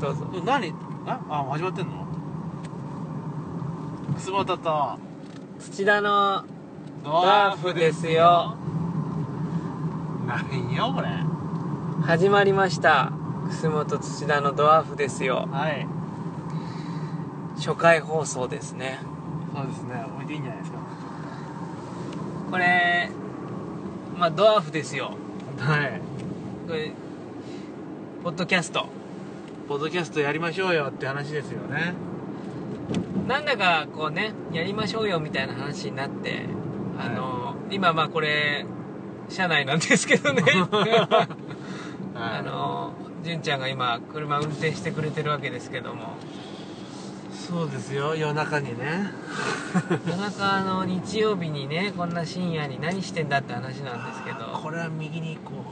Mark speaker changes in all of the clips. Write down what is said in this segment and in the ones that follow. Speaker 1: そうそう
Speaker 2: 何ああもう始まってんのくすばたと
Speaker 1: 土田の
Speaker 2: ド
Speaker 1: ワーフですよ
Speaker 2: 何よこれ
Speaker 1: 始まりました楠本土田のドワーフですよ
Speaker 2: はい
Speaker 1: 初回放送ですね
Speaker 2: そうですね置いていいんじゃないですか
Speaker 1: これまあドワーフですよ
Speaker 2: はい
Speaker 1: これポッドキャスト
Speaker 2: ポッドキャストやりましょうよって話ですよね
Speaker 1: なんだかこうねやりましょうよみたいな話になってあの、今まあこれ社内なんですけ どねあの純ちゃんが今車運転してくれてるわけですけども
Speaker 2: そうですよ夜中にね
Speaker 1: 夜中あの日曜日にねこんな深夜に何してんだって話なんですけ
Speaker 2: あーこ
Speaker 1: ど
Speaker 2: れは右にこう、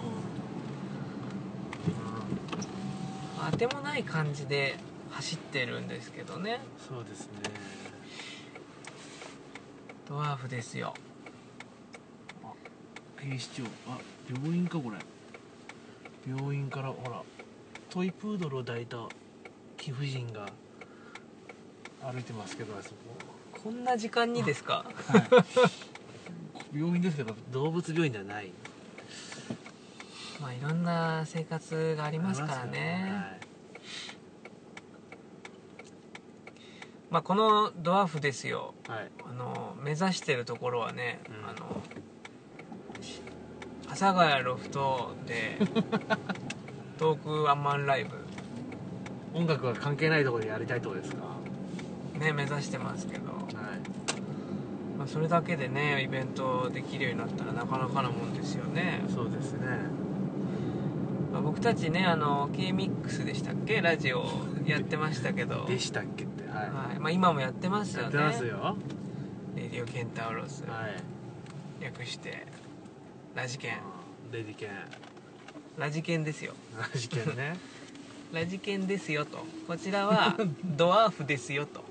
Speaker 1: 当てもない感じで走ってるんですけどね
Speaker 2: うん、そうですね
Speaker 1: ドワーフですよ
Speaker 2: 警視庁あ病院かこれ病院からほらトイプードルを抱いた貴婦人が歩いてますけどあそこ、
Speaker 1: こんな時間にですか
Speaker 2: 病院ですけど動物病院ではない
Speaker 1: まあいろんな生活がありますからねまあこのドワーフですよ
Speaker 2: はい、はい、
Speaker 1: あの目指してるところはね、
Speaker 2: うん
Speaker 1: あのし阿佐ヶ谷ロフト でトークワンマンライブ
Speaker 2: 音楽は関係ないところでやりたいところですかは
Speaker 1: ね目指してますけど、
Speaker 2: い
Speaker 1: まあ、それだけでねイベントできるようになったらなかなかなもんですよね、
Speaker 2: そうですね
Speaker 1: まあ僕たちねあの k ミックスでしたっけラジオやってましたけど、
Speaker 2: でしたっけってはい、
Speaker 1: はいまあ、今もやってますよね
Speaker 2: やってますよ
Speaker 1: レディオケンタウロス、
Speaker 2: はい
Speaker 1: 略してラジケン
Speaker 2: レディケン
Speaker 1: ラジケンですよ
Speaker 2: ラジケン ね
Speaker 1: ラジケンですよとこちら はドワーフですよと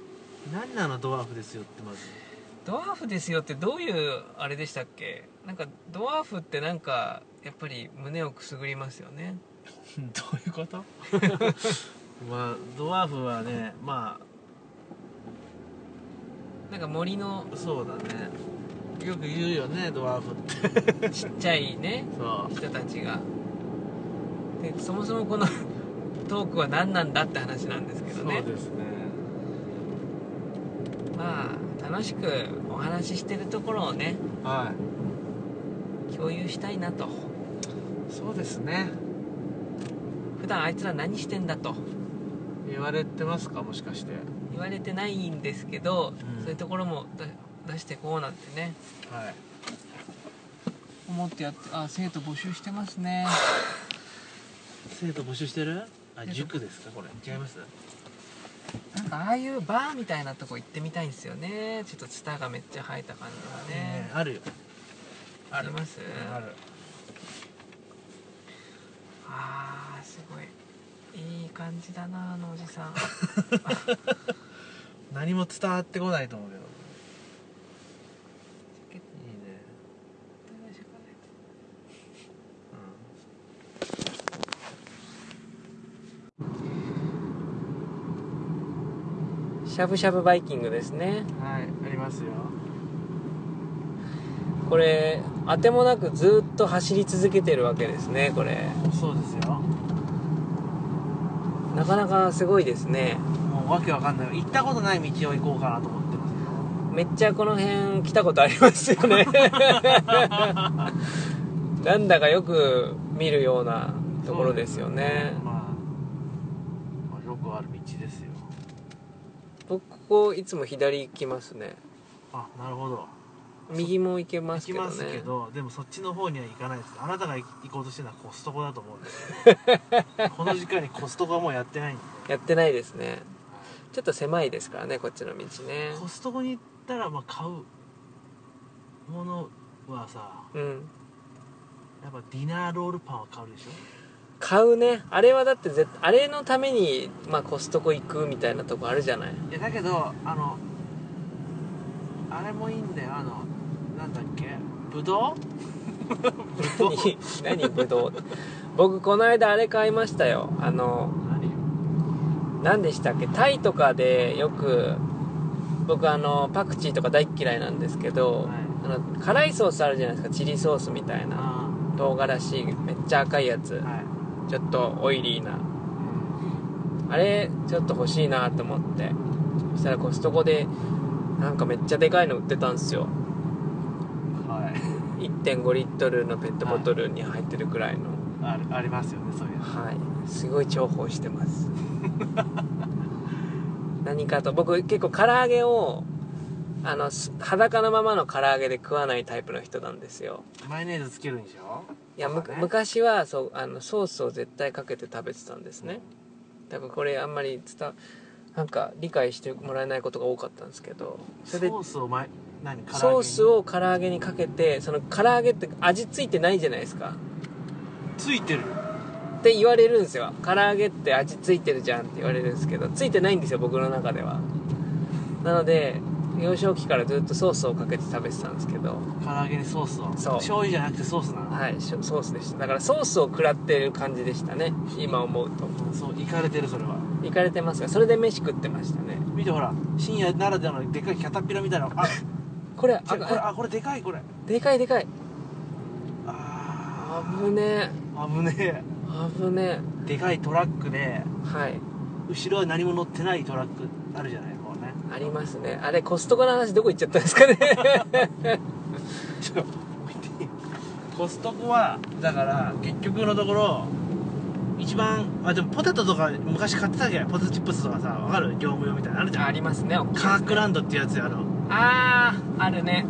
Speaker 2: 何なのドワーフですよってまず
Speaker 1: ドワーフですよってどういうあれでしたっけなんかドワーフってなんかやっぱり胸をくすぐりますよね
Speaker 2: どういうことまあドワーフはねま
Speaker 1: なんか森の
Speaker 2: あそうだねよく言うよねドワーフって
Speaker 1: ちっちゃいね
Speaker 2: そ
Speaker 1: 人たちがでそもそもこの トークは何なんだって話なんですけどね
Speaker 2: ですね
Speaker 1: まあ楽しくお話ししてるところをね
Speaker 2: は
Speaker 1: 共有したいなと
Speaker 2: いそうですね
Speaker 1: 普段あいつら何してんだと
Speaker 2: 言われてますかもしかして
Speaker 1: 言われてないんですけど、
Speaker 2: うん
Speaker 1: そういうところもだ出してこうなんてね
Speaker 2: はい
Speaker 1: 思ってやってあ生徒募集してます ね
Speaker 2: 生徒募集してるあ
Speaker 1: 生徒
Speaker 2: 塾ですかこれ違います
Speaker 1: なんかああいうバーみたいなとこ行ってみたいんですよねちょっとツタがめっちゃ生えた感じがね、
Speaker 2: あるよ
Speaker 1: あります
Speaker 2: ある
Speaker 1: あーすごいいい感じだなあのおじさん
Speaker 2: 何も伝わってこないと思うけどいいね
Speaker 1: しゃぶしゃぶバイキングですね
Speaker 2: うんはいありますよ
Speaker 1: これ当てもなくずっと走り続けてるわけですねこれ
Speaker 2: そうですよ
Speaker 1: なかなかすごいですね
Speaker 2: もうわけわかんない行ったことない道を行こうかなと思ってま
Speaker 1: めっちゃこの辺来たことありますよ ねなんだかよく見るようなところですよね
Speaker 2: すまあまあよくある道ですよ
Speaker 1: 僕ここいつも左行きますね
Speaker 2: あなるほど
Speaker 1: 右も行けま
Speaker 2: 行
Speaker 1: すけ
Speaker 2: き
Speaker 1: どね
Speaker 2: ますけどでもそっちの方には行かないですあなたが行こうとしてるのはコストコだと思うんです よこの時間にコストコはもうやってないんで
Speaker 1: やってないですねちょっと狭いですからねこっちの道ね
Speaker 2: コストコに行ったらまあ買うものはさ
Speaker 1: うん
Speaker 2: やっぱディナーロールパンは買うでしょ
Speaker 1: 買うねあれはだって絶あれのために、まあ、コストコ行くみたいなとこあるじゃない
Speaker 2: いやだけどあのあれもいいんだよあのなんだっけぶど うぶどう
Speaker 1: 何何ぶどう僕この間あれ買いましたよあの
Speaker 2: 何よ
Speaker 1: 何でしたっけタイとかでよく僕あのパクチーとか大っ嫌いなんですけど、
Speaker 2: はい
Speaker 1: あの辛いソースあるじゃないですかチリソースみたいな
Speaker 2: あ
Speaker 1: 唐辛子めっちゃ赤いやつ
Speaker 2: あはい
Speaker 1: ちょっとオイリーなあれちょっと欲しいなと思ってそしたらコストコでなんかめっちゃでかいの売ってたんですよ
Speaker 2: はい
Speaker 1: 1.5リットルのペットボトルに入ってるくらいの
Speaker 2: あるありますよねそういうの
Speaker 1: はいすごい重宝してます 何かと僕結構唐揚げをあのす裸のままの唐揚げで食わないタイプの人なんですよ
Speaker 2: マヨネーズつけるんでしょ
Speaker 1: いや、む
Speaker 2: そうだね
Speaker 1: 昔はそうあのソースを絶対かけて食べてたんですねだからこれあんまり伝わなんか理解してもらえないことが多かったんですけどそれで
Speaker 2: ソースをま何唐揚げに
Speaker 1: ソースを唐揚げにかけてその唐揚げって味ついてないじゃないですか
Speaker 2: ついてる
Speaker 1: って言われるんですよ唐揚げって味ついてるじゃんって言われるんですけどついてないんですよ僕の中ではなので幼少期からずっとソースをかけて食べてたんですけど
Speaker 2: 唐揚げにソースを
Speaker 1: そう
Speaker 2: 醤油じゃなくてソースなの、
Speaker 1: はいしょソースでしただからソースを食らってる感じでしたね今思うと
Speaker 2: そういかれてるそれは
Speaker 1: 行かれてますがそれで飯食ってましたね
Speaker 2: 見てほら深夜ならではのでっかいキャタピラみたいなのあ違
Speaker 1: これあ
Speaker 2: うこれ
Speaker 1: あ
Speaker 2: あこれでかいこれ
Speaker 1: でかいでかい
Speaker 2: あ
Speaker 1: 危ねえ
Speaker 2: あ危ね
Speaker 1: 危ね
Speaker 2: えでかいトラックで
Speaker 1: えはい
Speaker 2: 後ろは何も乗ってないトラックあるじゃないこうね
Speaker 1: ありますねあれコストコの話どこ行っちゃったんですかね
Speaker 2: ちょっと置いていいコストコはだから結局のところ一番あでもポテトとか昔買ってたけどポテトチップスとかさわかる業務用みたいなのあるじ ゃ
Speaker 1: あ
Speaker 2: ん
Speaker 1: りますね大きい
Speaker 2: カ
Speaker 1: や
Speaker 2: ー
Speaker 1: つ
Speaker 2: クランドってやつやろ
Speaker 1: あーあるね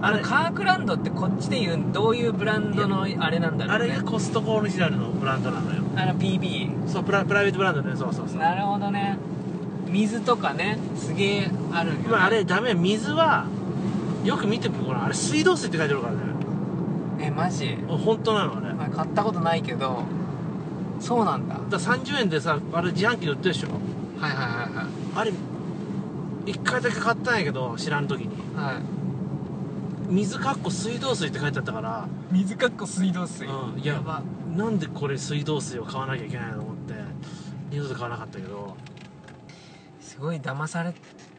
Speaker 1: あ
Speaker 2: あ
Speaker 1: の
Speaker 2: れ
Speaker 1: カークランドってこっちで言うどういうブランドのあれなんだ
Speaker 2: あ
Speaker 1: ろう
Speaker 2: れ
Speaker 1: ね
Speaker 2: がコストコオリジナルのブランドなのよ
Speaker 1: あの PB
Speaker 2: そうプラプライベートブランドだよそうそうそう
Speaker 1: なるほどね水とかねすげえあるよ、ね、
Speaker 2: 今あれダメ水はよく見てみこれあれ水道水って書いてあるからね
Speaker 1: えマジ
Speaker 2: 本当なのあれだか
Speaker 1: あ買ったことないけどそうなんだはい
Speaker 2: ら30円でさあれ自販機で売ってるでしょ
Speaker 1: はいは
Speaker 2: あれ一回だけ買ったんやけど知らん時に
Speaker 1: いはい、はい、
Speaker 2: 水かっこ水道水って書いてあったから、
Speaker 1: 水かっこ水道水
Speaker 2: うん、いやなんでこれ水道水を買わなきゃいけないのと思って二度と買わなかったけど
Speaker 1: すごい騙され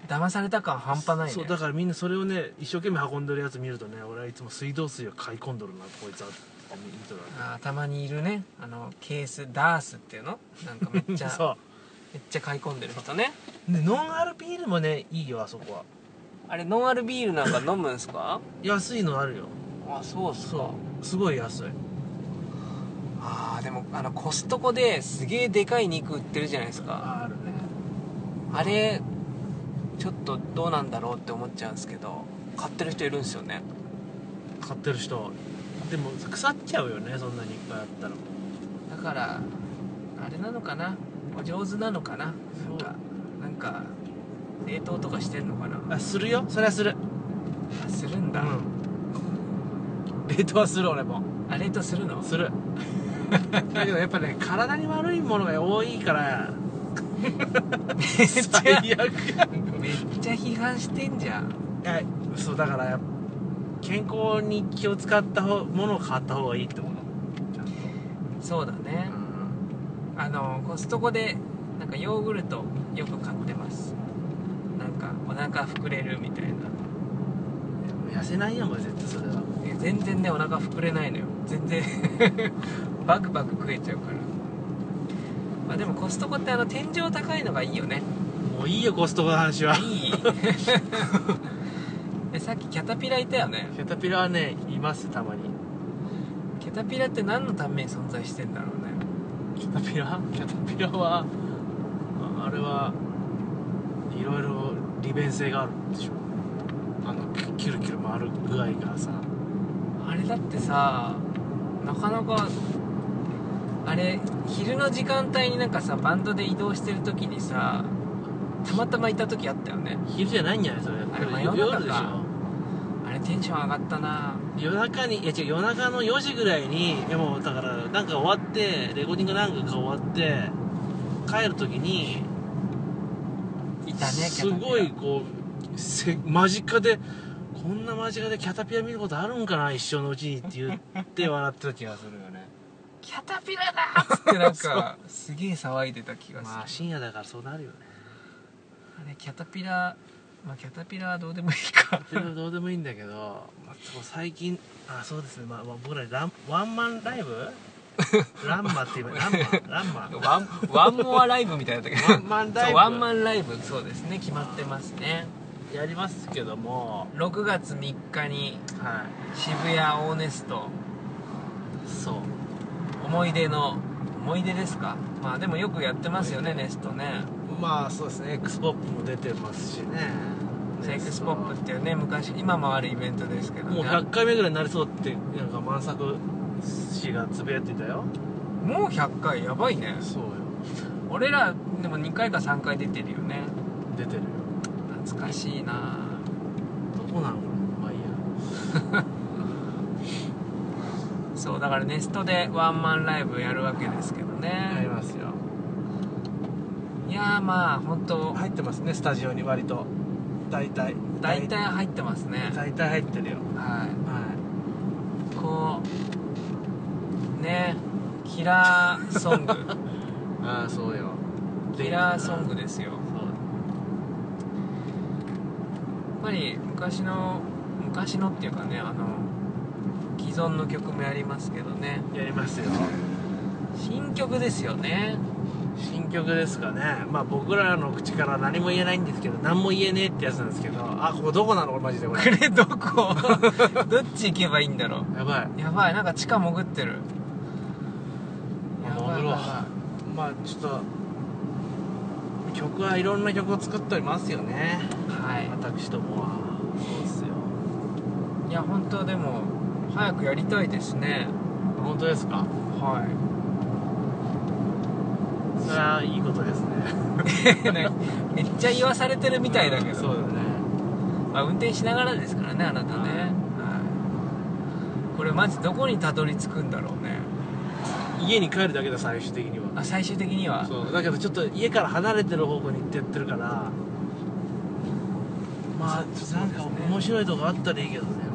Speaker 1: 騙された感半端ないね
Speaker 2: そうだからみんなそれをね一生懸命運んでるやつ見るとね俺はいつも水道水を買い込んどるなこいつはって見見とるわ
Speaker 1: あーたまにいるねあのケースダースっていうのなんかめっ
Speaker 2: け
Speaker 1: ち ゃ
Speaker 2: そ
Speaker 1: めっちゃ買い込んでる人ね
Speaker 2: うでノンアルビールもねいいよあそこは
Speaker 1: あれノンアルビールなんか飲むんすか
Speaker 2: 安いのあるよ
Speaker 1: あそうっすか
Speaker 2: そうすごい安い
Speaker 1: あーでもあのコストコですげえでかい肉売ってるじゃないですか
Speaker 2: あるね
Speaker 1: あれちょっとどうなんだろうって思っちゃうんですけど買ってる人いるんですよね
Speaker 2: 買ってる人でも腐っちゃうよねそんなにいっぱいあったら
Speaker 1: だからあれなのかなお上手なのかななんかなんか冷凍とかしてんのかな
Speaker 2: あするよそれはする
Speaker 1: あするんだ、
Speaker 2: うん冷凍はする俺も
Speaker 1: あれとするの
Speaker 2: するだけどやっぱね体に悪いものが多いから
Speaker 1: めっちゃ
Speaker 2: 最 悪やん
Speaker 1: めっちゃ批判してんじゃん
Speaker 2: はいそうだからやっぱ健康に気を使った方ものを買った方がいいってものちゃんと、
Speaker 1: そうだねあのコストコでなんかヨーグルトよく買ってますなんかお腹膨れるみたいな
Speaker 2: 痩せないやんもう絶対それは
Speaker 1: え全然ねお腹膨れないのよ全然 バクバク食えちゃうからまあでもコストコってあの天井高いのがいいよね
Speaker 2: もういいよコストコの話はい
Speaker 1: い えさっきキャタピラいたよね
Speaker 2: キャタピラはねいますたまに
Speaker 1: キャタピラって何のために存在してんだろうね
Speaker 2: キャタピラキャタピラはああれはいろいろ利便性があるんでしょあのキキルキル回る具合がさ
Speaker 1: あれだってさなかなかあれ昼の時間帯になんかさバンドで移動してる時にさたまたまいた時あったよね
Speaker 2: 昼じゃないんじゃないそれ
Speaker 1: あれ真夜中か
Speaker 2: 夜でしょ
Speaker 1: あれテンション上がったな
Speaker 2: 夜中にいや違う夜中の4時ぐらいにいやもうだからなんか終わってレコーディングなんかが終わって帰る時に
Speaker 1: いたね
Speaker 2: すごいこうせ間近でこんな間近でキャタピラ見ることあるんかな一生のうちにって言って笑ってた気がするよね
Speaker 1: キャタピラだっつってなん かすげえ騒いでた気がする、
Speaker 2: まあ深夜だからそうなるよね
Speaker 1: あれキャタピラまあキャタピラはどうでもいいか
Speaker 2: それはどうでもいいんだけど、 まあ、そう最近あそうですね、まあ、まあ僕らランワンマンライ ブランマって 言えばランマランマ
Speaker 1: ワンワンモアライブみたいだったけど
Speaker 2: ワンマンライ
Speaker 1: そ
Speaker 2: ブ
Speaker 1: うワンマンライブそうですね決まってますね
Speaker 2: やりますけども
Speaker 1: 6月3日に
Speaker 2: は
Speaker 1: 渋谷オーネスト
Speaker 2: いそう
Speaker 1: 思い出の思い出ですかまあでもよくやってますよねネストね
Speaker 2: まあそうですね x p o p も出てますしね
Speaker 1: セックスポップっていうね昔今もあるイベントですけど、ね、
Speaker 2: もう100回目ぐらいになりそうってなんか満作氏がつぶやいてたよ
Speaker 1: もう100回やばいね
Speaker 2: そうよ
Speaker 1: 俺らでも2回か3回出てるよね
Speaker 2: 出てるよ
Speaker 1: 懐かしいな
Speaker 2: どこなのこれまあいいや
Speaker 1: そうだからネストでワンマンライブやるわけですけど
Speaker 2: や
Speaker 1: ね
Speaker 2: りますよ
Speaker 1: いやーまあ本当
Speaker 2: 入ってますねスタジオに割と大体
Speaker 1: 大体入ってますね
Speaker 2: 大体入ってるよ
Speaker 1: は
Speaker 2: はい
Speaker 1: こうねキラーソ ング
Speaker 2: ああそうよ
Speaker 1: キラーソングですよ
Speaker 2: そう
Speaker 1: やっぱり昔の昔のっていうかねあの既存の曲もやりますけどね
Speaker 2: やりますよ
Speaker 1: 新曲ですよね
Speaker 2: 新曲ですかねまあ僕らの口から何も言えないんですけど何も言えねえってやつなんですけどあここどこなのこれマジでこ
Speaker 1: こ
Speaker 2: れ
Speaker 1: れどこ どっち行けばいいんだろ
Speaker 2: やばいう
Speaker 1: やばいなんか地下潜ってるやばい
Speaker 2: 潜ろう
Speaker 1: やば
Speaker 2: まあちょっと曲はいろんな曲を作っておりますよね
Speaker 1: いは
Speaker 2: 私どもはそうですよ
Speaker 1: いいや本当でも早くやりたいですね
Speaker 2: 本当ですか
Speaker 1: は
Speaker 2: それはいいことですね
Speaker 1: い ねめっちゃ言わされてるみたいだけ
Speaker 2: そ
Speaker 1: ど、
Speaker 2: うだね
Speaker 1: まあ、運転しながらですからねあなたね、はい、これマジどこにたどり着くんだろうね
Speaker 2: 家に帰るだけだ最終的には
Speaker 1: あ最終的には
Speaker 2: そうだけどちょっと家から離れてる方向に行ってやってるからまあなんか面白いとこあったらいいけどね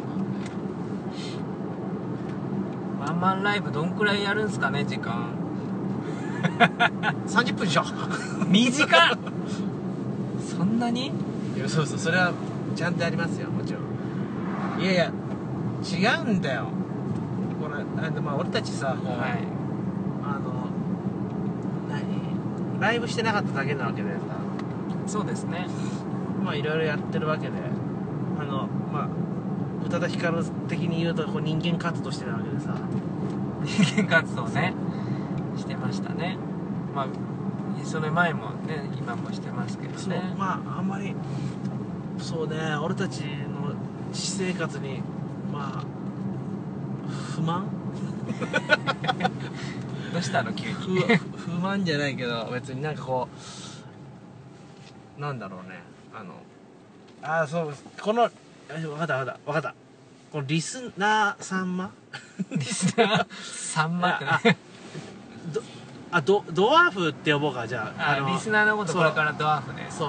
Speaker 1: ワンマンライブどんくらいやるんすかね時間
Speaker 2: 30分でし ょ
Speaker 1: 短っそんなに
Speaker 2: いやそうそうそれはちゃんとやりますよもちろんいやいや違うんだよこれあのまあ俺たちさこう、
Speaker 1: は
Speaker 2: あの何ライブしてなかっただけなわけでさ
Speaker 1: いそうですね
Speaker 2: まあいろいろやってるわけであのまあ宇多田ヒカル的に言うとこう人間活動してたわけでさ
Speaker 1: 人間活動ねしてましたねまあそれ前もね今もしてますけど
Speaker 2: そう、
Speaker 1: ね
Speaker 2: まああんまりそうね俺たちの私生活にまあ不満
Speaker 1: どうしたの急
Speaker 2: 不
Speaker 1: に
Speaker 2: 不満じゃないけど別になんかこうなんだろうねあのああそうこの分かった分かった分かったこのリスナーさんま
Speaker 1: リス ナーさんまって
Speaker 2: あ
Speaker 1: ね
Speaker 2: どあドドワーフって呼ぼうかじゃあ
Speaker 1: あ
Speaker 2: の
Speaker 1: リスナーのこと
Speaker 2: そう
Speaker 1: これからドワーフね
Speaker 2: そ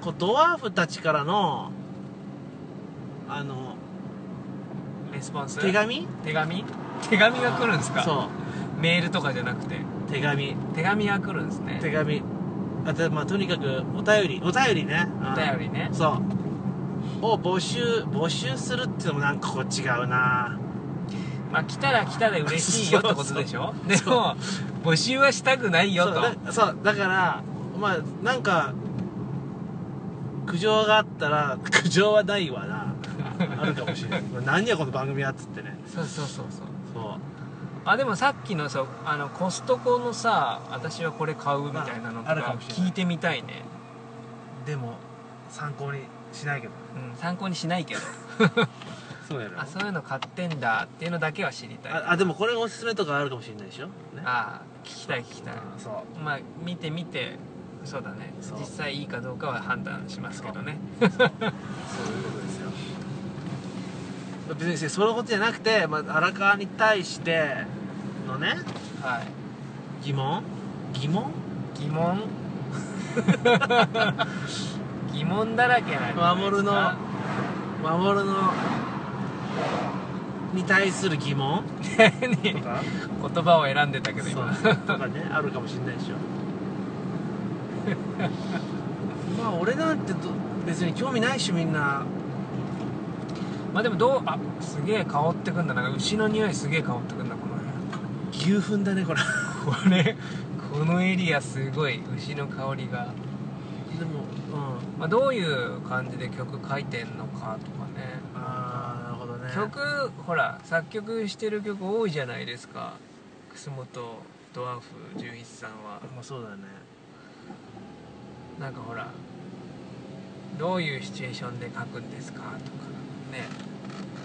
Speaker 2: うこうドワーフたちからのあの
Speaker 1: レスポンス
Speaker 2: 手紙
Speaker 1: 手紙手紙が来るんですか
Speaker 2: そ
Speaker 1: メールとかじゃなくて
Speaker 2: う手紙
Speaker 1: 手紙が来るんですね
Speaker 2: 手紙あとまあとにかくお便りお便りね
Speaker 1: お
Speaker 2: うん
Speaker 1: 便りね
Speaker 2: そうを募集募集するっていうのもなんかこう違うな
Speaker 1: まあ来たら来たで嬉しいよってことでし ょでも募集はしたくないよ
Speaker 2: そう
Speaker 1: と
Speaker 2: だそうだからまあなんか苦情があったら苦情はないわなあるかもしれない 何やこの番組はっつってね
Speaker 1: そうそうそうそう
Speaker 2: そ
Speaker 1: あでもさっきのさあのコストコのさ私はこれ買うみたいなのと
Speaker 2: ああるか
Speaker 1: か
Speaker 2: もしれない
Speaker 1: 聞いてみたいね
Speaker 2: うでも参考にしないけど
Speaker 1: うん参考にしないけど
Speaker 2: そうやろ
Speaker 1: あそういうの買ってんだっていうのだけは知りたい
Speaker 2: ああでもこれおすすめとかあるかもしれないでしょね
Speaker 1: あー聞きたい聞きたい
Speaker 2: そう
Speaker 1: まあ見てみてそうだね
Speaker 2: そう
Speaker 1: 実際いいかどうかは判断しますけどね
Speaker 2: そういうことですよ別にそういうことじゃなくて、まあ、荒川に対してのね
Speaker 1: はい
Speaker 2: 疑問疑問
Speaker 1: 疑問 疑 問だらけなんじゃないですか
Speaker 2: 守るの守るのに対する疑問と
Speaker 1: 言
Speaker 2: か
Speaker 1: 葉を選んでたけど
Speaker 2: そう
Speaker 1: 今
Speaker 2: とかねあるかもしれない でしょまあ俺なんてど別に興味ないしみんな
Speaker 1: まあでもどうあすげえ香ってくんだなんか牛の匂いすげえ香ってくんだこの
Speaker 2: 牛糞だね これで
Speaker 1: 辺これこのエリアすごい牛の香りが、
Speaker 2: もうん
Speaker 1: まあ、どういう感じで曲書いてんのかとかね
Speaker 2: ああなるほどね
Speaker 1: 曲ほら作曲してる曲多いじゃないですか楠本ドワーフ純一さんは
Speaker 2: まあそうだね
Speaker 1: なんかほらどういうシチュエーションで書くんですかとかね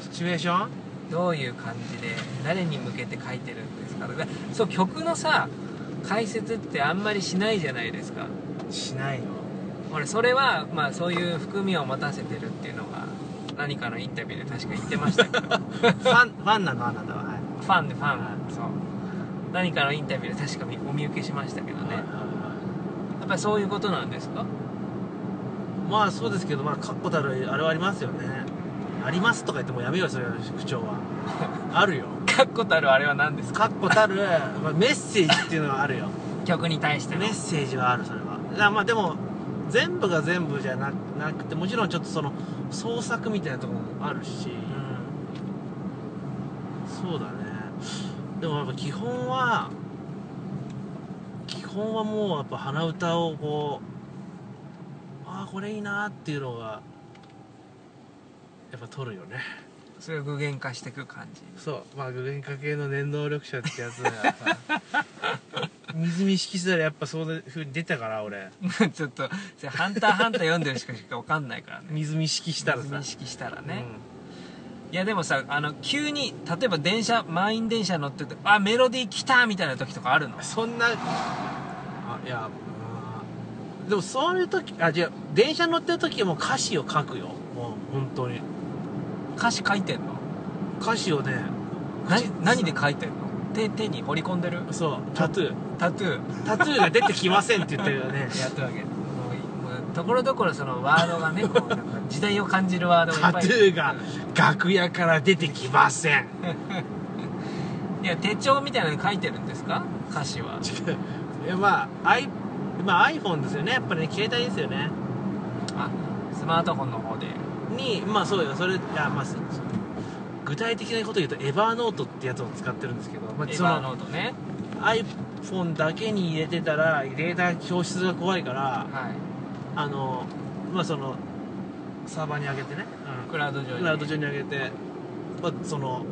Speaker 2: シチュエーション
Speaker 1: どういう感じで誰に向けて書いてるんですかとかそう曲のさ解説ってあんまりしないじゃないですか
Speaker 2: しない の
Speaker 1: ほらそれはまあそういう含みを持たせてるっていうのが何かのインタビューで確か言ってましたけ どフ
Speaker 2: ファンファンなのあなたははい
Speaker 1: ァンでファンそう何かのインタビューで確かお見受けしましたけどね
Speaker 2: はいはいはい
Speaker 1: やっぱりそういうことなんですか
Speaker 2: まあそうですけどまあ確固たるあれはありますよねありますとか言ってもうやめようよそういう口調 はあるよ
Speaker 1: 確固たるあれは何ですか
Speaker 2: 確固たる、まあ、メッセージっていうのはあるよ
Speaker 1: 曲に対しての
Speaker 2: メッセージはあるそれはだからまあでも全部が全部じゃななくてもちろんちょっとその創作みたいなところもあるし、
Speaker 1: う
Speaker 2: そうだねでもやっぱ基本は基本はもうやっぱ鼻歌をこうああこれいいなっていうのがやっぱ取る よね
Speaker 1: んそれを具現化していく感じ
Speaker 2: そうまあ具現化系の念能力者ってやつだからさ 水見識したらやっぱそういう風に出たから俺
Speaker 1: ちょっとそれ「ハンターハンター」読んでるしかしか分かんないからね
Speaker 2: 水見識したらさ
Speaker 1: 認識したらね、いやでもさあの急に例えば電車満員電車乗っててあメロディー来たみたいな時とかあるの
Speaker 2: うんそんなあいやうんでもそういう時あ違う電車乗ってる時はもう歌詞を書くよもう本当に
Speaker 1: 歌詞書いてんの
Speaker 2: 歌詞をね口
Speaker 1: 何何で書いてんの手手に彫り込んでる
Speaker 2: そうタトゥー
Speaker 1: タトゥー
Speaker 2: タトゥーが出てきませんって言ってるよ ね
Speaker 1: やってるわけもういもうところどころそのワードが ねこうなんか時代を感じるワードがい
Speaker 2: タ
Speaker 1: っ
Speaker 2: ト
Speaker 1: ぱい
Speaker 2: ゥーが楽屋から出てきま せん
Speaker 1: いや手帳みたいなのに書いてるんですか歌詞は
Speaker 2: 違ういやまあ、I まあ、iPhone ですよねやっぱりね携帯ですよね
Speaker 1: あスマートフォンの方で
Speaker 2: にまあそうよそれいやまあそ具体的なこと言うとエバーノートってやつを使ってるんですけど、まあ、
Speaker 1: エ
Speaker 2: そ
Speaker 1: バー
Speaker 2: の
Speaker 1: ノートね
Speaker 2: iPhone だけに入れてたらデータ表出が怖いから
Speaker 1: はい
Speaker 2: あのまあそのサーバーに上げてね、
Speaker 1: クラウド上に
Speaker 2: クラウド上に上げて、まあ、その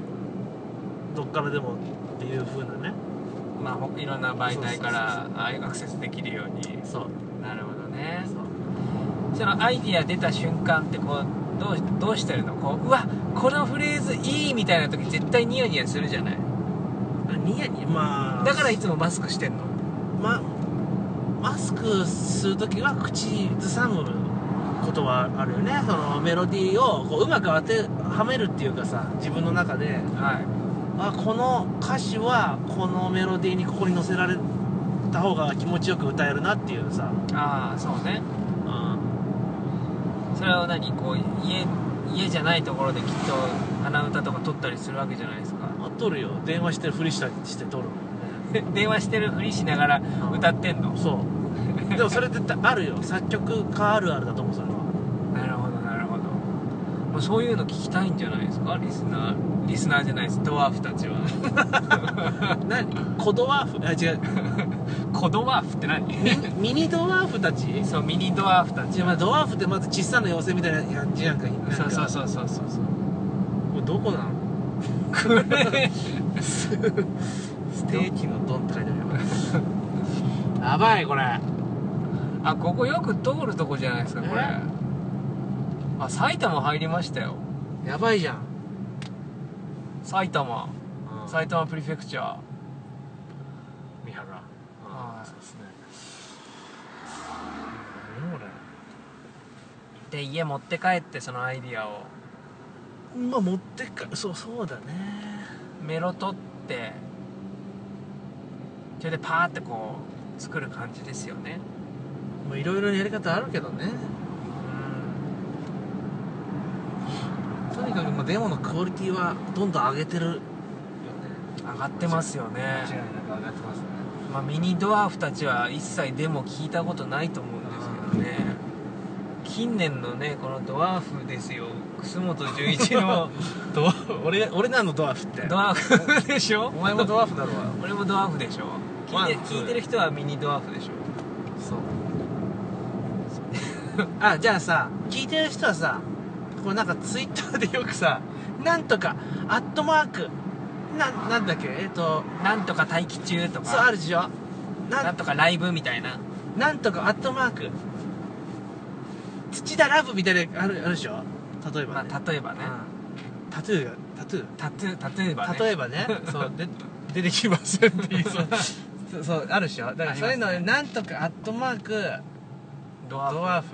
Speaker 2: どっからでもっていう風なね
Speaker 1: まあほいろんな媒体からああいうアクセスできるように
Speaker 2: そう
Speaker 1: なるほどね
Speaker 2: そう
Speaker 1: そのアイディア出た瞬間ってこうどうどうしてるのこううわこのフレーズいいみたいな時絶対ニヤニヤするじゃない
Speaker 2: あニヤニヤまあ
Speaker 1: だからいつもマスクしてんの
Speaker 2: まマスクする時は口ずさむことはあるよねそのメロディーをこううまく当てはめるっていうかさ自分の中で
Speaker 1: はい
Speaker 2: あこの歌詞はこのメロディーにここに乗せられた方が気持ちよく歌えるなっていうさ、
Speaker 1: ああそうね
Speaker 2: うん、
Speaker 1: それを何こう家家じゃないところできっと鼻歌とか撮ったりするわけじゃないですか
Speaker 2: 撮るよ電話してるふりしたりして撮るもんね
Speaker 1: 電話してるふりしながら歌ってんの
Speaker 2: そうでもそれ絶対あるよ作曲家あるあるだと思うそれは
Speaker 1: なるほどなるほどもうそういうの聞きたいんじゃないですかリスナーリスナーじゃないですドワーフたち は
Speaker 2: 何小ドワーフあ違う
Speaker 1: 子ドワーフって何
Speaker 2: ミニドワーフたち
Speaker 1: そうミニドワーフた
Speaker 2: じ
Speaker 1: ち
Speaker 2: ゃあまあドワーフってまず小さな妖精みたいな感じやんかなんか
Speaker 1: そうそうそうそうそうそう
Speaker 2: これどこなの
Speaker 1: これ
Speaker 2: ステーキのドンって書いてあるよ やばいこれ
Speaker 1: あここよく通るとこじゃないですかこれ
Speaker 2: え
Speaker 1: あ埼玉入りましたよ
Speaker 2: やばいじゃん、
Speaker 1: 埼玉
Speaker 2: 最
Speaker 1: 埼玉プリフェクチャー
Speaker 2: 三原
Speaker 1: あー
Speaker 2: そうですね何こ
Speaker 1: で家持って帰ってそのアイディアを
Speaker 2: れまあ持ってっかそうそうだね
Speaker 1: メロ取ってそれでパーってこう作る感じですよね
Speaker 2: まあいろいろやり方あるけどね
Speaker 1: うん
Speaker 2: ただとにかくまあデモのクオリティはどんどん上げてるよね
Speaker 1: 上がってますよね
Speaker 2: 間違いなく上がってますね
Speaker 1: まあ、ミニドワーフたちは一切デモ聞いたことないと思うんですけどね近年のねこのドワーフですよ楠本純一の
Speaker 2: ドワーフ俺俺らのドワーフって
Speaker 1: ドワーフでしょ
Speaker 2: お前もドワーフだろうが
Speaker 1: 俺もドワーフでしょ聞いて
Speaker 2: ワーフ
Speaker 1: 聞いてる人はミニドワーフでしょ
Speaker 2: そう あじゃあさ聞いてる人はさこれなんかツイッターでよくさなんとかアットマークななんだっけえっと
Speaker 1: なんとか待機中と
Speaker 2: そうあ
Speaker 1: か
Speaker 2: るでしょな
Speaker 1: なん
Speaker 2: ん
Speaker 1: とかライブみたいな
Speaker 2: なんとかアットマーク土田ラブみたいなあるあるでしょ例えば、
Speaker 1: ま
Speaker 2: ね
Speaker 1: あ例えばね
Speaker 2: うんタトゥーがタトゥー
Speaker 1: タトゥー例えばね
Speaker 2: 例え ばねそうで出てきませんって言いそうそうそうあるでしょだからそういうの
Speaker 1: ありますね
Speaker 2: なんとかアットマーク
Speaker 1: ド
Speaker 2: ド
Speaker 1: ワーフ
Speaker 2: ワーフ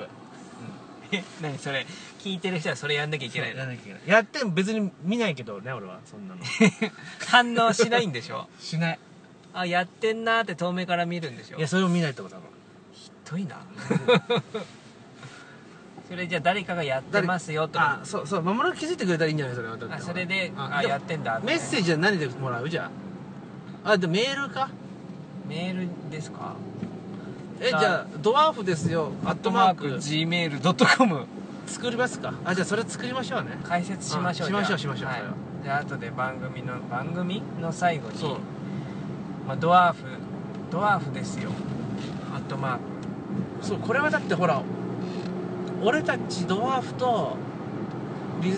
Speaker 1: え 何それ聞いてる人はそれやんなきゃいけないの
Speaker 2: やんなきゃいけないやっても別に見ないけどね俺はそんなの
Speaker 1: 反応しないんでしょ
Speaker 2: しない
Speaker 1: あやってんなーって遠目から見るんでしょ
Speaker 2: いやそれも見ないと思う多分
Speaker 1: ひどいな それじゃあ誰かがやってますよと
Speaker 2: あ
Speaker 1: か
Speaker 2: そうそう守る気づいてくれたらいいんじゃないそれはだって
Speaker 1: あそれで
Speaker 2: うん
Speaker 1: あ
Speaker 2: でも
Speaker 1: やってんだって
Speaker 2: メッセージは何でもらうじゃああでメールか
Speaker 1: メールですか
Speaker 2: えじ
Speaker 1: じゃあ
Speaker 2: ゃあドワーフですよアットマーク
Speaker 1: gmail.com
Speaker 2: 作りますかあじゃあそれ作りましょうね
Speaker 1: 解説しましょう
Speaker 2: うん
Speaker 1: じゃあ
Speaker 2: しましょうしましょう
Speaker 1: はい
Speaker 2: それは
Speaker 1: じゃあ後で番組の番組の最後に
Speaker 2: そう
Speaker 1: まあ、ドワーフドワーフですよアットマーク
Speaker 2: そうこれはだってほら俺たちドワーフとリ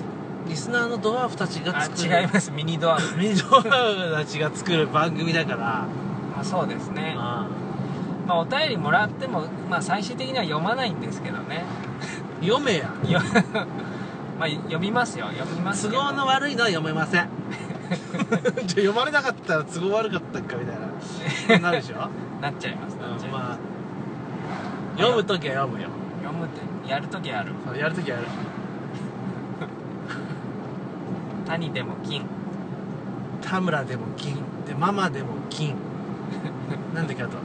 Speaker 2: リスナーのドワーフたちが
Speaker 1: あ
Speaker 2: 作る
Speaker 1: 違いますミニドワーフ
Speaker 2: ミニ ドワーフたちが作る番組だから
Speaker 1: まあそうですね
Speaker 2: うん
Speaker 1: まあお便りもらっても、まあ、最終的には読まないんですけどね
Speaker 2: 読めや
Speaker 1: よ まあ読みますよ読みます
Speaker 2: 都
Speaker 1: けど
Speaker 2: 合の悪いのは読めま せんじゃあ読まれなかったら都合悪かったっかみたいななるでしょ、
Speaker 1: なっちゃいます、
Speaker 2: うん
Speaker 1: なっちゃいます
Speaker 2: まあ読むときは読むよ
Speaker 1: 読むってやるときやる
Speaker 2: そうやるときはやる
Speaker 1: 谷でも金
Speaker 2: 田村でも金でママでも 金なんだっけあと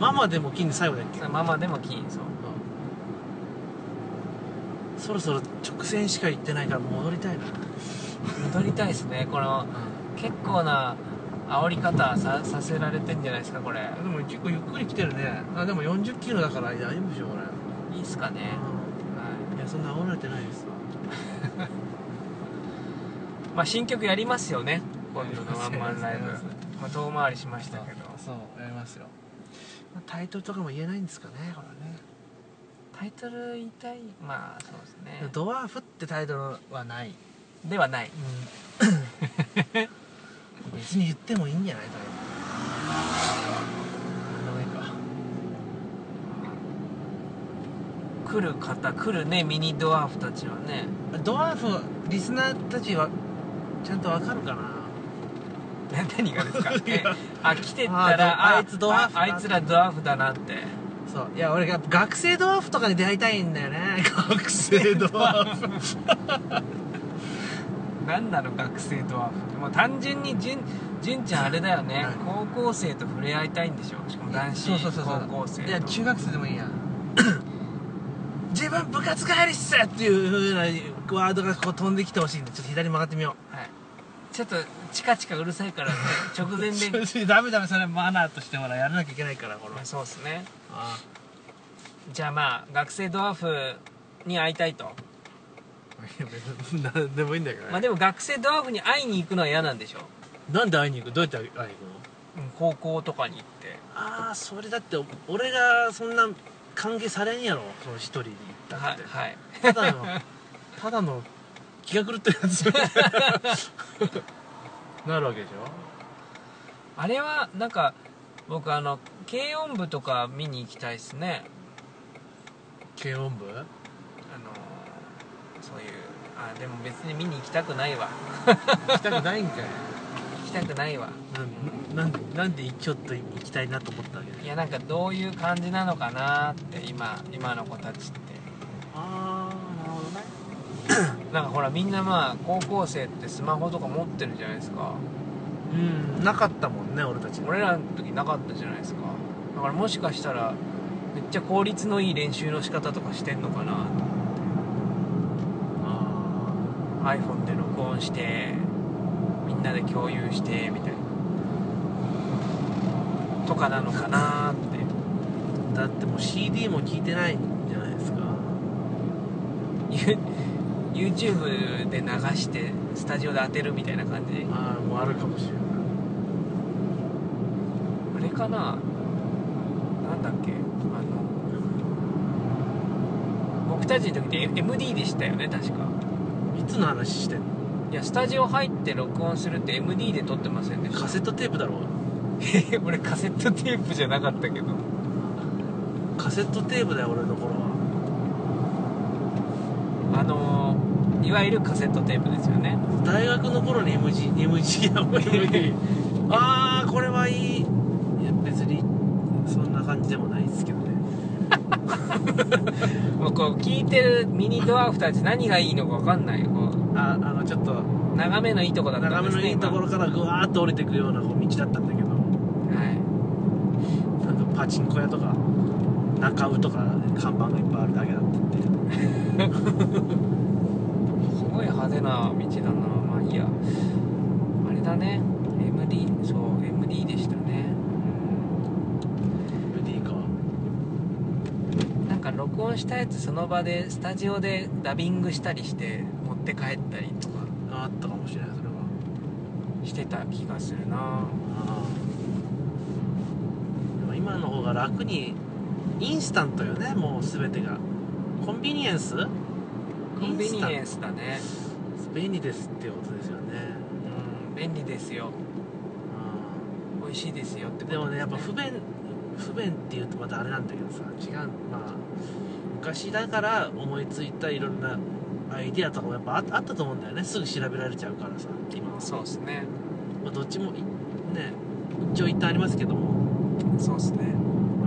Speaker 2: ママでも金で最後だっけ
Speaker 1: それママでも金そう
Speaker 2: そろそろ直線しか行ってないから戻りたいな、
Speaker 1: 戻りたいですねこの結構な煽り方ささせられてんじゃないですかこれ
Speaker 2: でも結構ゆっくり来てるねあでも4 0キロだから大丈夫でしょこれ、
Speaker 1: いいっすかね、はい
Speaker 2: やそんな煽られてないですわ
Speaker 1: い、まあ新曲やりますよね今度のワンマンライブ
Speaker 2: やりますね
Speaker 1: まあ、遠回りしましたけど
Speaker 2: そうやりますよタイトルとかも言えないんですかねこれね、
Speaker 1: タイトル言いたいまあそうですね
Speaker 2: ドワーフってタイトルはない、
Speaker 1: ではない
Speaker 2: 別に言ってもいいんじゃない多分なんでもいいか
Speaker 1: 来る方来るねミニドワーフたちはね
Speaker 2: ドワーフリスナーたちはちゃんとわかるかな
Speaker 1: な 何がですかえあ来てた
Speaker 2: あ
Speaker 1: ら
Speaker 2: どあいつドワーフだ
Speaker 1: ああいつらドワーフだなって
Speaker 2: そういや俺が学生ドワーフとかに出会いたいんだよね学生ドワーフ
Speaker 1: 何なの学生ドワーフってもう単純に純純ちゃんあれだよね
Speaker 2: はい
Speaker 1: 高校生と触れ合いたいんでしょしかも男子
Speaker 2: そうそうそうそう
Speaker 1: 高校生と
Speaker 2: いや中学生でもいいや 自分部活帰りっすっていうふうなワードがこう飛んできてほしいんでちょっと左に曲がってみよ
Speaker 1: はい、ちょっとチカチカうるさいから、ね、直 前
Speaker 2: う
Speaker 1: で
Speaker 2: ダメダメそれマナーとしてほらやらなきゃいけないからこの
Speaker 1: まあそうですね
Speaker 2: あ
Speaker 1: じゃあまあ学生ドワーフに会いたいと、
Speaker 2: あ何でもいいんだけど
Speaker 1: まあでも学生ドワーフに会いに行くのは嫌なんでしょ
Speaker 2: なんで会いに行くどうやって会いに行くの
Speaker 1: うん高校とかに行って
Speaker 2: ああそれだって俺がそんな歓迎されんやろその一人に行った
Speaker 1: は
Speaker 2: っ
Speaker 1: い
Speaker 2: て、
Speaker 1: はい
Speaker 2: ただ のただの気が狂ってるやつ なるわけでしょ
Speaker 1: あれはなんか僕あの軽音部とか見に行きたいですね
Speaker 2: 軽音部
Speaker 1: あのーそういうあでも別に見に行きたくないわ
Speaker 2: 行きたくないんかい
Speaker 1: 行きたくないわ
Speaker 2: なんなんなんでちょっと行きたいなと思ったわけ
Speaker 1: いやなんかどういう感じなのかなって今今の子たちって
Speaker 2: ああなるほどね
Speaker 1: なんかほらみんなまあ高校生ってスマホとか持ってるじゃないですか
Speaker 2: うんなかったもんね俺たち
Speaker 1: 俺らの時なかったじゃないですかだからもしかしたらめっちゃ効率のいい練習の仕方とかしてんのかな
Speaker 2: あ
Speaker 1: iPhone で録音してみんなで共有してみたいなとかなのかなって
Speaker 2: だってもう CD も聞いてないんじゃないですか
Speaker 1: You- YouTube で流してスタジオで当てるみたいな感じ
Speaker 2: ああもうあるかもしれない
Speaker 1: あれかななんだっけあの僕たちの時って MD でしたよね確か
Speaker 2: いつの話してんの
Speaker 1: いやスタジオ入って録音するって MD で撮ってませんでした
Speaker 2: カセットテープだろう
Speaker 1: 俺カセットテープじゃなかったけど
Speaker 2: カセットテープだよ俺の頃は
Speaker 1: あのーいわゆるカセットテープですよね
Speaker 2: 大学の頃に MG, MG や MD ああこれはいいいや別にそんな感じでもないですけどね
Speaker 1: もうこう聞いてるミニドワーフたち何がいいのか分かんないこう
Speaker 2: ああのちょっと
Speaker 1: 眺めのいいとこだったん
Speaker 2: 眺
Speaker 1: で
Speaker 2: め
Speaker 1: す
Speaker 2: の
Speaker 1: ね
Speaker 2: いいところからぐわーっと降りていくようなこう道だったんだけど
Speaker 1: 今はい
Speaker 2: なんかパチンコ屋とか中尾とか看板がいっぱいあるだけだったって
Speaker 1: すごい派手な道だなまあいいやあれだね MD そう MD でしたね
Speaker 2: MD か
Speaker 1: なんか録音したやつその場でスタジオでダビングしたりして持って帰ったりとか
Speaker 2: ああったかもしれないそれは
Speaker 1: してた気がするな
Speaker 2: あーでも今の方が楽にインスタントよねもう全てがコンビニエンス
Speaker 1: コンビニエ
Speaker 2: ン
Speaker 1: ンスだね
Speaker 2: スタント便利ですっていうことですよね
Speaker 1: うん便利ですよ
Speaker 2: う
Speaker 1: 美味しいですよって
Speaker 2: ん
Speaker 1: こ
Speaker 2: で
Speaker 1: と
Speaker 2: もねやっぱ
Speaker 1: です
Speaker 2: 不便不便っていうとまたあれなんだけどさ違うまあ昔だから思いついたいろんなアイディアとかもやっぱああったと思うんだよねすぐ調べられちゃうからさ今は
Speaker 1: そうですね
Speaker 2: まあ、どっちもいね一応一旦ありますけども
Speaker 1: そうですね
Speaker 2: うん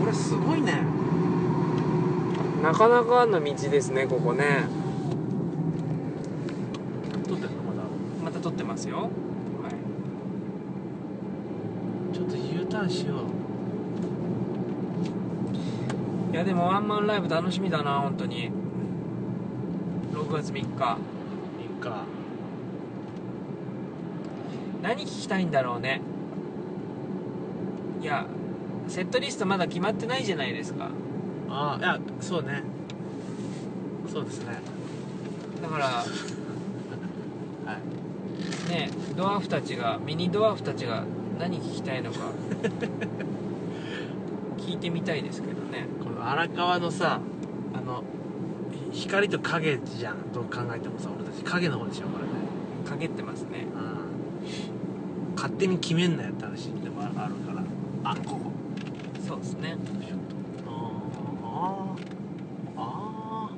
Speaker 2: これすごいね
Speaker 1: なかなかの道ですねここね
Speaker 2: 撮ってんのまだ
Speaker 1: また撮ってますよはい
Speaker 2: ちょっと U ターンしよう
Speaker 1: いやでもワンマンライブ楽しみだな本当に6月3日
Speaker 2: いいか
Speaker 1: 何聞きたいんだろうねいやセットリストまだ決まってないじゃないですか
Speaker 2: ああいやそうねそうですね
Speaker 1: だから
Speaker 2: はい
Speaker 1: ねドワーフたちがミニドワーフたちが何聞きたい のか聞いてみたいですけどね
Speaker 2: この荒川のさあのひ光と影じゃんどう考えてもさ俺たち影の方でしょこれね
Speaker 1: かけってますね
Speaker 2: うん勝手に決めんなよって話でもあるからあここ
Speaker 1: そうですね
Speaker 2: あーあ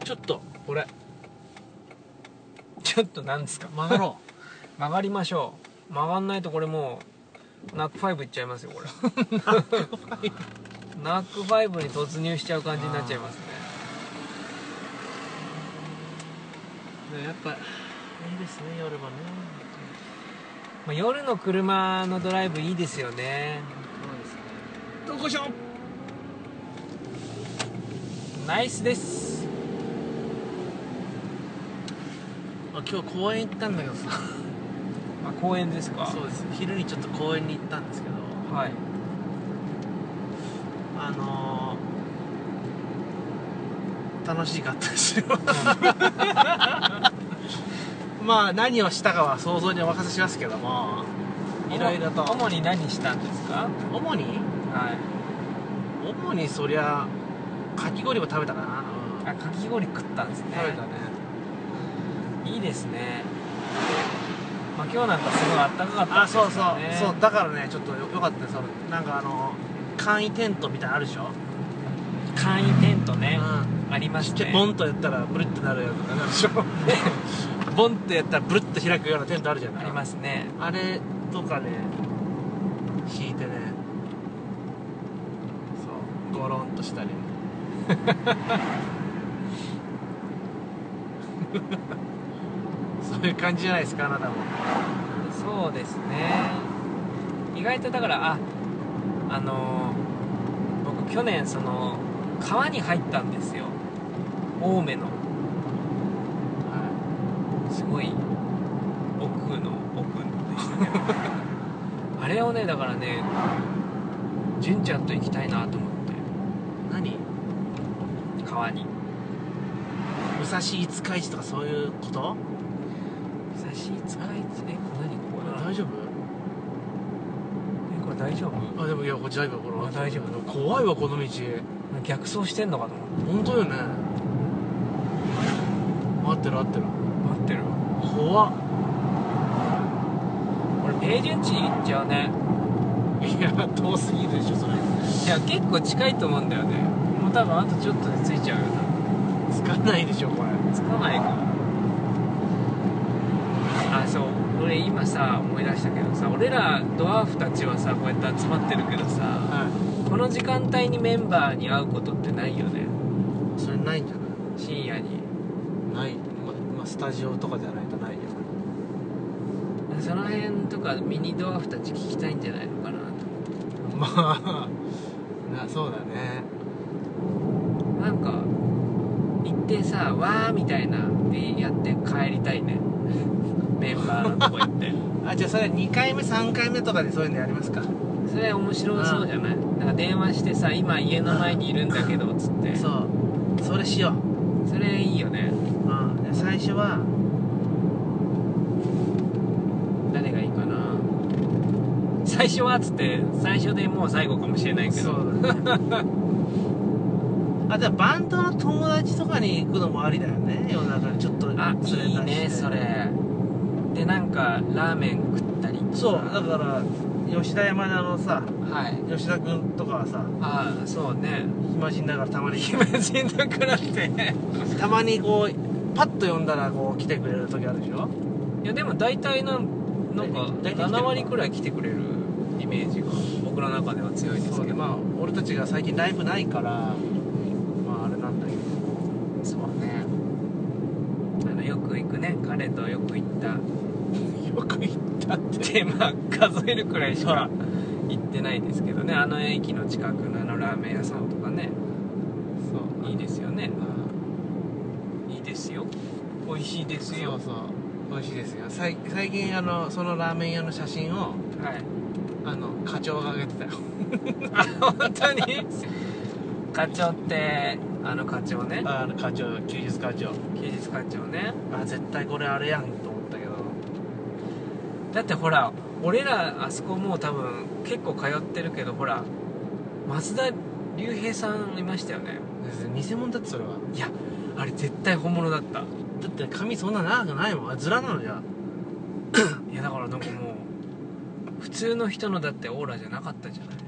Speaker 2: ーちょっとこれ
Speaker 1: ちょっとなんですか
Speaker 2: 曲がろ
Speaker 1: 曲がりましょう曲がんないとこれもうナックファイブいっちゃいますよこれ
Speaker 2: う
Speaker 1: ナックファイブに突入しちゃう感じになっちゃいますね
Speaker 2: ねやっぱいいですね夜はね
Speaker 1: まあ夜の車のドライブいいですよね
Speaker 2: そうですねどこしょ
Speaker 1: ナイスです
Speaker 2: あ今日公園行ったんだけどさ
Speaker 1: あ公園ですか
Speaker 2: そうです昼にちょっと公園に行ったんですけど
Speaker 1: はい
Speaker 2: あのー楽しかった ですよまあ何をしたかは想像にお任せしますけどもいろいろと
Speaker 1: 主に何したんですか
Speaker 2: 主に
Speaker 1: はい
Speaker 2: 主にそりゃかき氷を食べたかな、
Speaker 1: あかき氷食ったんですね
Speaker 2: 食べたね
Speaker 1: いいですねまあ今日なんかすごいあったかかった
Speaker 2: あ
Speaker 1: ですか
Speaker 2: そ
Speaker 1: ら
Speaker 2: うそう、
Speaker 1: ね
Speaker 2: そうだからねちょっとよよかったですなんかあの簡易テントみたいなのあるでしょ、
Speaker 1: 簡易テントね
Speaker 2: う
Speaker 1: ありまし
Speaker 2: ん、ち
Speaker 1: て
Speaker 2: ょボンとやったらブルッとなるやつあるで しょボンってやったらブルッと開くようなテントあるじゃな
Speaker 1: あ
Speaker 2: い
Speaker 1: りますね
Speaker 2: あれとかね引いてねそうゴロン としたりそういう感じじゃないですかあなたも
Speaker 1: そうですね意外とだからああの僕去年その川に入ったんですよ青梅の
Speaker 2: は
Speaker 1: すごい奥の奥でしたけど あれをねだからね純ちゃんと行きたいなと思っ
Speaker 2: い何
Speaker 1: て川に
Speaker 2: 武蔵五日市とかそういうこと
Speaker 1: 差し使いつね何これ
Speaker 2: 大丈
Speaker 1: えこれ大丈夫
Speaker 2: 夫あでもいやこれ大丈夫こ
Speaker 1: あ
Speaker 2: れ
Speaker 1: 大丈夫
Speaker 2: でも怖いわこの道
Speaker 1: 逆走してんのかと思って
Speaker 2: 本当よね合ってる合ってる
Speaker 1: 待ってる
Speaker 2: 怖っ
Speaker 1: 俺平準地行っちゃうね
Speaker 2: いや遠すぎるでしょそれ
Speaker 1: いや結構近いと思うんだよねもう多分あとちょっとで着いちゃうよ
Speaker 2: つかないでしょこれ
Speaker 1: な着かないかあそう俺今さ思い出したけどさ俺らドワーフたちはさこうやって集まってるけどさ
Speaker 2: は
Speaker 1: この時間帯にメンバーに会うことってないよね
Speaker 2: いそれないんじゃない
Speaker 1: 深夜に
Speaker 2: ない、ままあ、スタジオとかじゃないとないよ
Speaker 1: その辺とかミニドワーフたち聞きたいんじゃないのかなと
Speaker 2: まあなそうだね
Speaker 1: なんか行ってさ「わー」みたいなでやって帰りたいね メンバーのとこ行 って
Speaker 2: あじゃあそれ2回目3回目とかでそういうのやりますか
Speaker 1: それ面白そうじゃないなんか電話してさ今家の前にいるんだけどっつって
Speaker 2: そうそれしよ
Speaker 1: それいいよね
Speaker 2: う、うん、で最初は
Speaker 1: 誰がいいかな最初はっつって最初でもう最後かもしれないけど
Speaker 2: そうだね あじゃあバンドの友達とかに行くのもありだよね夜中にちょっと
Speaker 1: あ
Speaker 2: 連れ出して
Speaker 1: いいねそれでなんかラーメン食ったりとか
Speaker 2: そうだから吉田山田のさ
Speaker 1: はい
Speaker 2: 吉田君とかはさ
Speaker 1: ああそうね
Speaker 2: 暇人だからたまに
Speaker 1: 暇人だからって
Speaker 2: たまにこうパッと呼んだらこう来てくれる時あるでしょ
Speaker 1: いやでも大体のなんか
Speaker 2: 大体来てる
Speaker 1: 7割くらい来てくれるイメージが僕の中では強いです
Speaker 2: そう
Speaker 1: け
Speaker 2: で
Speaker 1: ど
Speaker 2: まあ俺たちが最近ライブないからまああれなんだけど
Speaker 1: そうねあのよく行くね彼とよく行った
Speaker 2: よく行ったっ
Speaker 1: で
Speaker 2: て
Speaker 1: まあ数えるくらいしか 行ってないですけどねあの駅の近くのあのラーメン屋さんとかね
Speaker 2: そう
Speaker 1: いいですよね
Speaker 2: うん
Speaker 1: いいですよ美味しいです
Speaker 2: そ
Speaker 1: よ
Speaker 2: うそう美味しいですよさい最近あのそのラーメン屋の写真を
Speaker 1: はい
Speaker 2: あの課長が上げてたよ
Speaker 1: あ本当に 課長ってあの課長ね
Speaker 2: あの課長休日課長
Speaker 1: 休日課長ね
Speaker 2: あ絶対これあれやんと思ったけど
Speaker 1: だってほら俺らあそこもう多分結構通ってるけどほら松田龍平さんいましたよね
Speaker 2: 偽物だってそれはい
Speaker 1: やあれ絶対本物だった
Speaker 2: だって髪そんな長くないもんあズラなのじゃ
Speaker 1: いやだからなんかもう普通の人のだってオーラじゃなかったじゃない、うん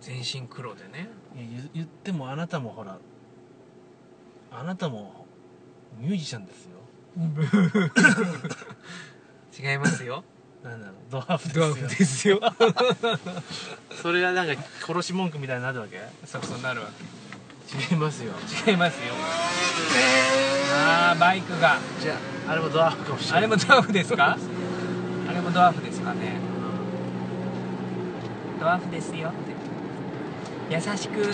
Speaker 1: 全身黒でね
Speaker 2: いや言言ってもあなたもほらあなたもミュージシャンですよ
Speaker 1: 違いますよ
Speaker 2: なんだろうドワーフです
Speaker 1: ド
Speaker 2: よ
Speaker 1: アフですよ
Speaker 2: それがなんか殺し文句みたいになるわけ
Speaker 1: そうそうなるわ
Speaker 2: 違いますよ
Speaker 1: け違いますよあーバイクが
Speaker 2: じゃああれもドワーフかもしれ
Speaker 1: あ
Speaker 2: な
Speaker 1: れ
Speaker 2: い
Speaker 1: もドワーフですかあれもドワーフですかねドワーフですよって優しくウ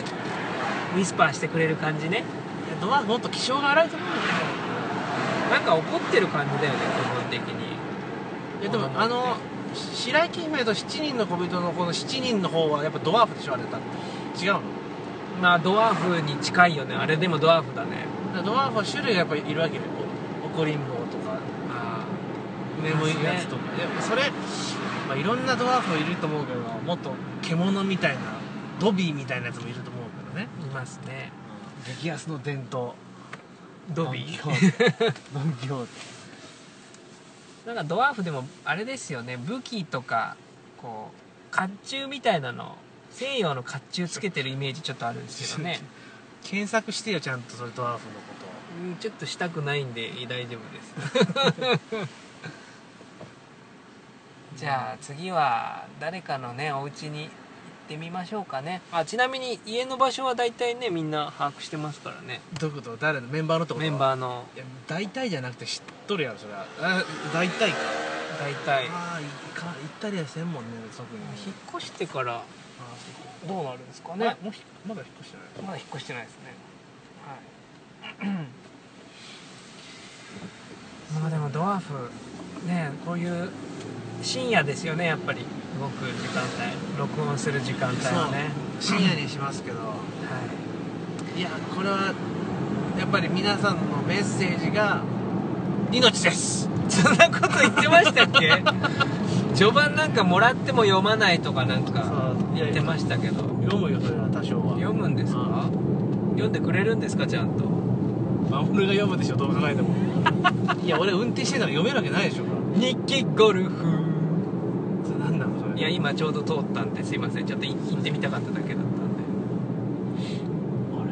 Speaker 1: ィスパーしてくれる感じね
Speaker 2: いやドワーフもっと気性が荒いと思うんだ
Speaker 1: なんか怒ってる感じだよね基本的に
Speaker 2: けどいやでもあの白雪姫と七人の小人のこの七人の方はやっぱドワーフでしょあれだって違うの
Speaker 1: まあドワーフに近いよねあれでもドワーフだね
Speaker 2: だからドワーフは種類がやっぱりいるわけよ怒りん坊とか
Speaker 1: あ
Speaker 2: 眠いやつとか、でもそれ、まあ、いろんなドワーフいると思うけどもっと獣みたいなドビーみたいなやつもいると思うけどね
Speaker 1: あいますね
Speaker 2: 激安の伝統
Speaker 1: ドビー
Speaker 2: ードン・キホー
Speaker 1: なんかドワーフでもあれですよね武器とかこう甲冑みたいなの西洋の甲冑つけてるイメージちょっとあるんですけどね
Speaker 2: テ検索してよちゃんとそれドワーフのこ
Speaker 1: うんちょっとしたくないんで大丈夫 ですじゃあ次は誰かのねお家に行っってみましょうかねあちなみに家の場所は大体ねみんな把握してますからね
Speaker 2: どういうこと誰のメンバーのってこと
Speaker 1: メン
Speaker 2: ー
Speaker 1: バーの
Speaker 2: いや大体じゃなくて知っとるやろそれはあ大体か
Speaker 1: 大体引っ
Speaker 2: ああいか行ったりはせんもんね特に
Speaker 1: 越してから
Speaker 2: あー
Speaker 1: どうなるんですか
Speaker 2: ま
Speaker 1: ね
Speaker 2: もうひまだ引っ越してない
Speaker 1: まだ引っ越してないですねはい まあでもドワーフねこういう深夜ですよねやっぱり動く時間帯録音する時間帯はね
Speaker 2: 深夜にしますけど
Speaker 1: はい
Speaker 2: やこれはやっぱり皆さんのメッセージが命です
Speaker 1: いそんなこと言ってましたっ け序盤なんかもらっても読まないとかなんか
Speaker 2: そういや
Speaker 1: 言ってましたけど
Speaker 2: 読むよそれは多少は
Speaker 1: 読むんですか読んでくれるんですかちゃんと
Speaker 2: まあ俺が読むでしょどう考えても いや俺運転してたら読めるわけないでしょ
Speaker 1: 日記ゴルフ
Speaker 2: それ何なのそれ
Speaker 1: いや今ちょうど通ったんですいませんちょっとい行ってみたかっただけだったんで
Speaker 2: あれ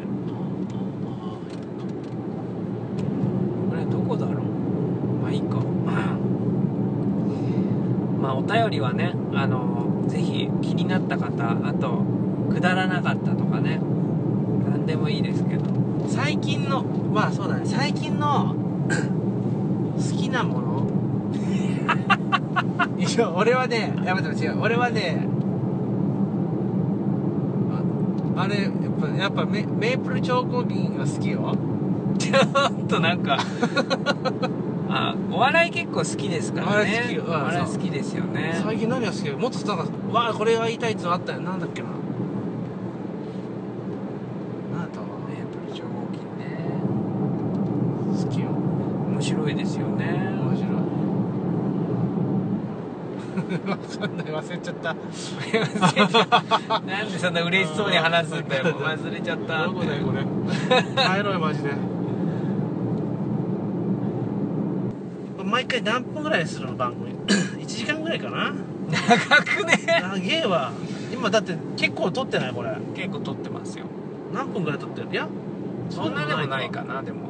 Speaker 1: これ
Speaker 2: あ
Speaker 1: どこだろうまあいいか まあお便りはねあのぜひ気になった方あとくだらなかったとかね何でもいいですけど
Speaker 2: あ最近のまあそうだね最近の 好きなもの いや俺はねいや待って違う俺はねああれやっぱやっぱメメープル超合金が好きよ
Speaker 1: ちょっとなん かあお笑い結構好きですから
Speaker 2: お笑い好き
Speaker 1: ね
Speaker 2: ようん
Speaker 1: お笑い好きですよね
Speaker 2: 最近何が好きもっとなんかわあこれが言いたいっつうのあったよなんだっけななんだった
Speaker 1: メープル超合金ね
Speaker 2: の好きよ
Speaker 1: 面白いですよね
Speaker 2: 面白い わかんない忘れちゃった
Speaker 1: 忘れちゃったなんでそんな嬉しそうに話すんだよもう忘れちゃった
Speaker 2: どこだよこれ帰ろうよマジで毎回何分ぐらいするの番組 1時間ぐらいかな
Speaker 1: 長くね
Speaker 2: 長えわ今だって結構撮ってないこれ
Speaker 1: 結構撮ってますよ
Speaker 2: 何分ぐらい撮ってるいや
Speaker 1: そんなでもないかなでも、うん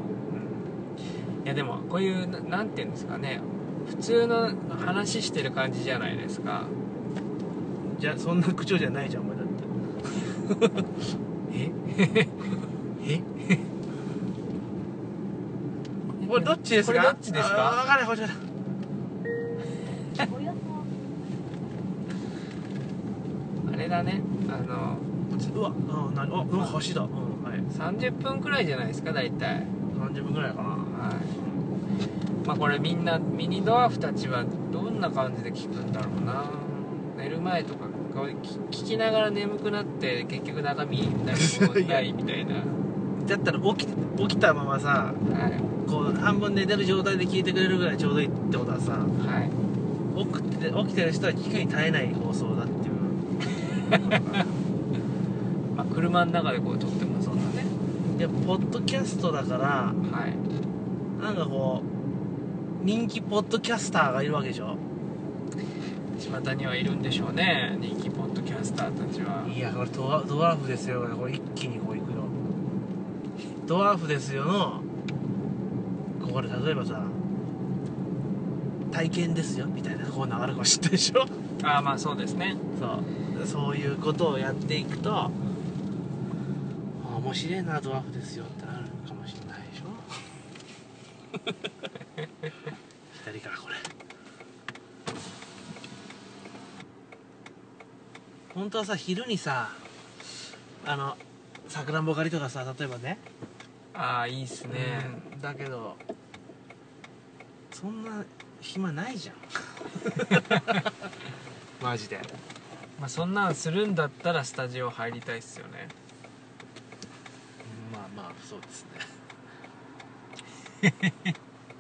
Speaker 1: いやでもこういうななんていうんですかね普通の話してる感じじゃないですか
Speaker 2: じゃあそんな口調じゃないじゃんお前だって
Speaker 1: ええ
Speaker 2: これどっちですか
Speaker 1: これどっちですか
Speaker 2: あ分かんないこれだ
Speaker 1: あれだねあの
Speaker 2: うわうんなあうん星だうんはい
Speaker 1: 30分くらいじゃないですか大体
Speaker 2: 30分ぐらいかな
Speaker 1: はいまあこれみんなミニドワーフたちはどんな感じで聞くんだろうな寝る前とかこうき聞きながら眠くなって結局中身何もないみたいな
Speaker 2: だったら起き起きたままさ
Speaker 1: はい
Speaker 2: こう半分寝てる状態で聞いてくれるぐらいちょうどいいってことはさ
Speaker 1: はい
Speaker 2: 起きて起きてる人は聞くに耐えない放送だっていう
Speaker 1: まあ、車の中でこう撮ってますもんね
Speaker 2: いやポッドキャストだから
Speaker 1: はい
Speaker 2: なんかこう人気ポッドキャスターがいるわけでしょ
Speaker 1: 巷にはいるんでしょうね人気ポッドキャスターたちはい
Speaker 2: やこれドワドワーフですよこれ一気にこういくよドワーフですよのこれ例えばさ体験ですよみたいなコーナーあるかもしれないでしょ
Speaker 1: ああまあそうですね
Speaker 2: そうそういうことをやっていくとあ面白いなドワーフですよってなるかもしれないでしょ 左からこれ本当はさ昼にさあのさくらんぼ狩りとかさ例えばね
Speaker 1: ああいいっすね、
Speaker 2: うんだけどそんな暇ないじゃん マジで
Speaker 1: まあ、そんなんするんだったらスタジオ入りたいっすよね
Speaker 2: まあまあそうですね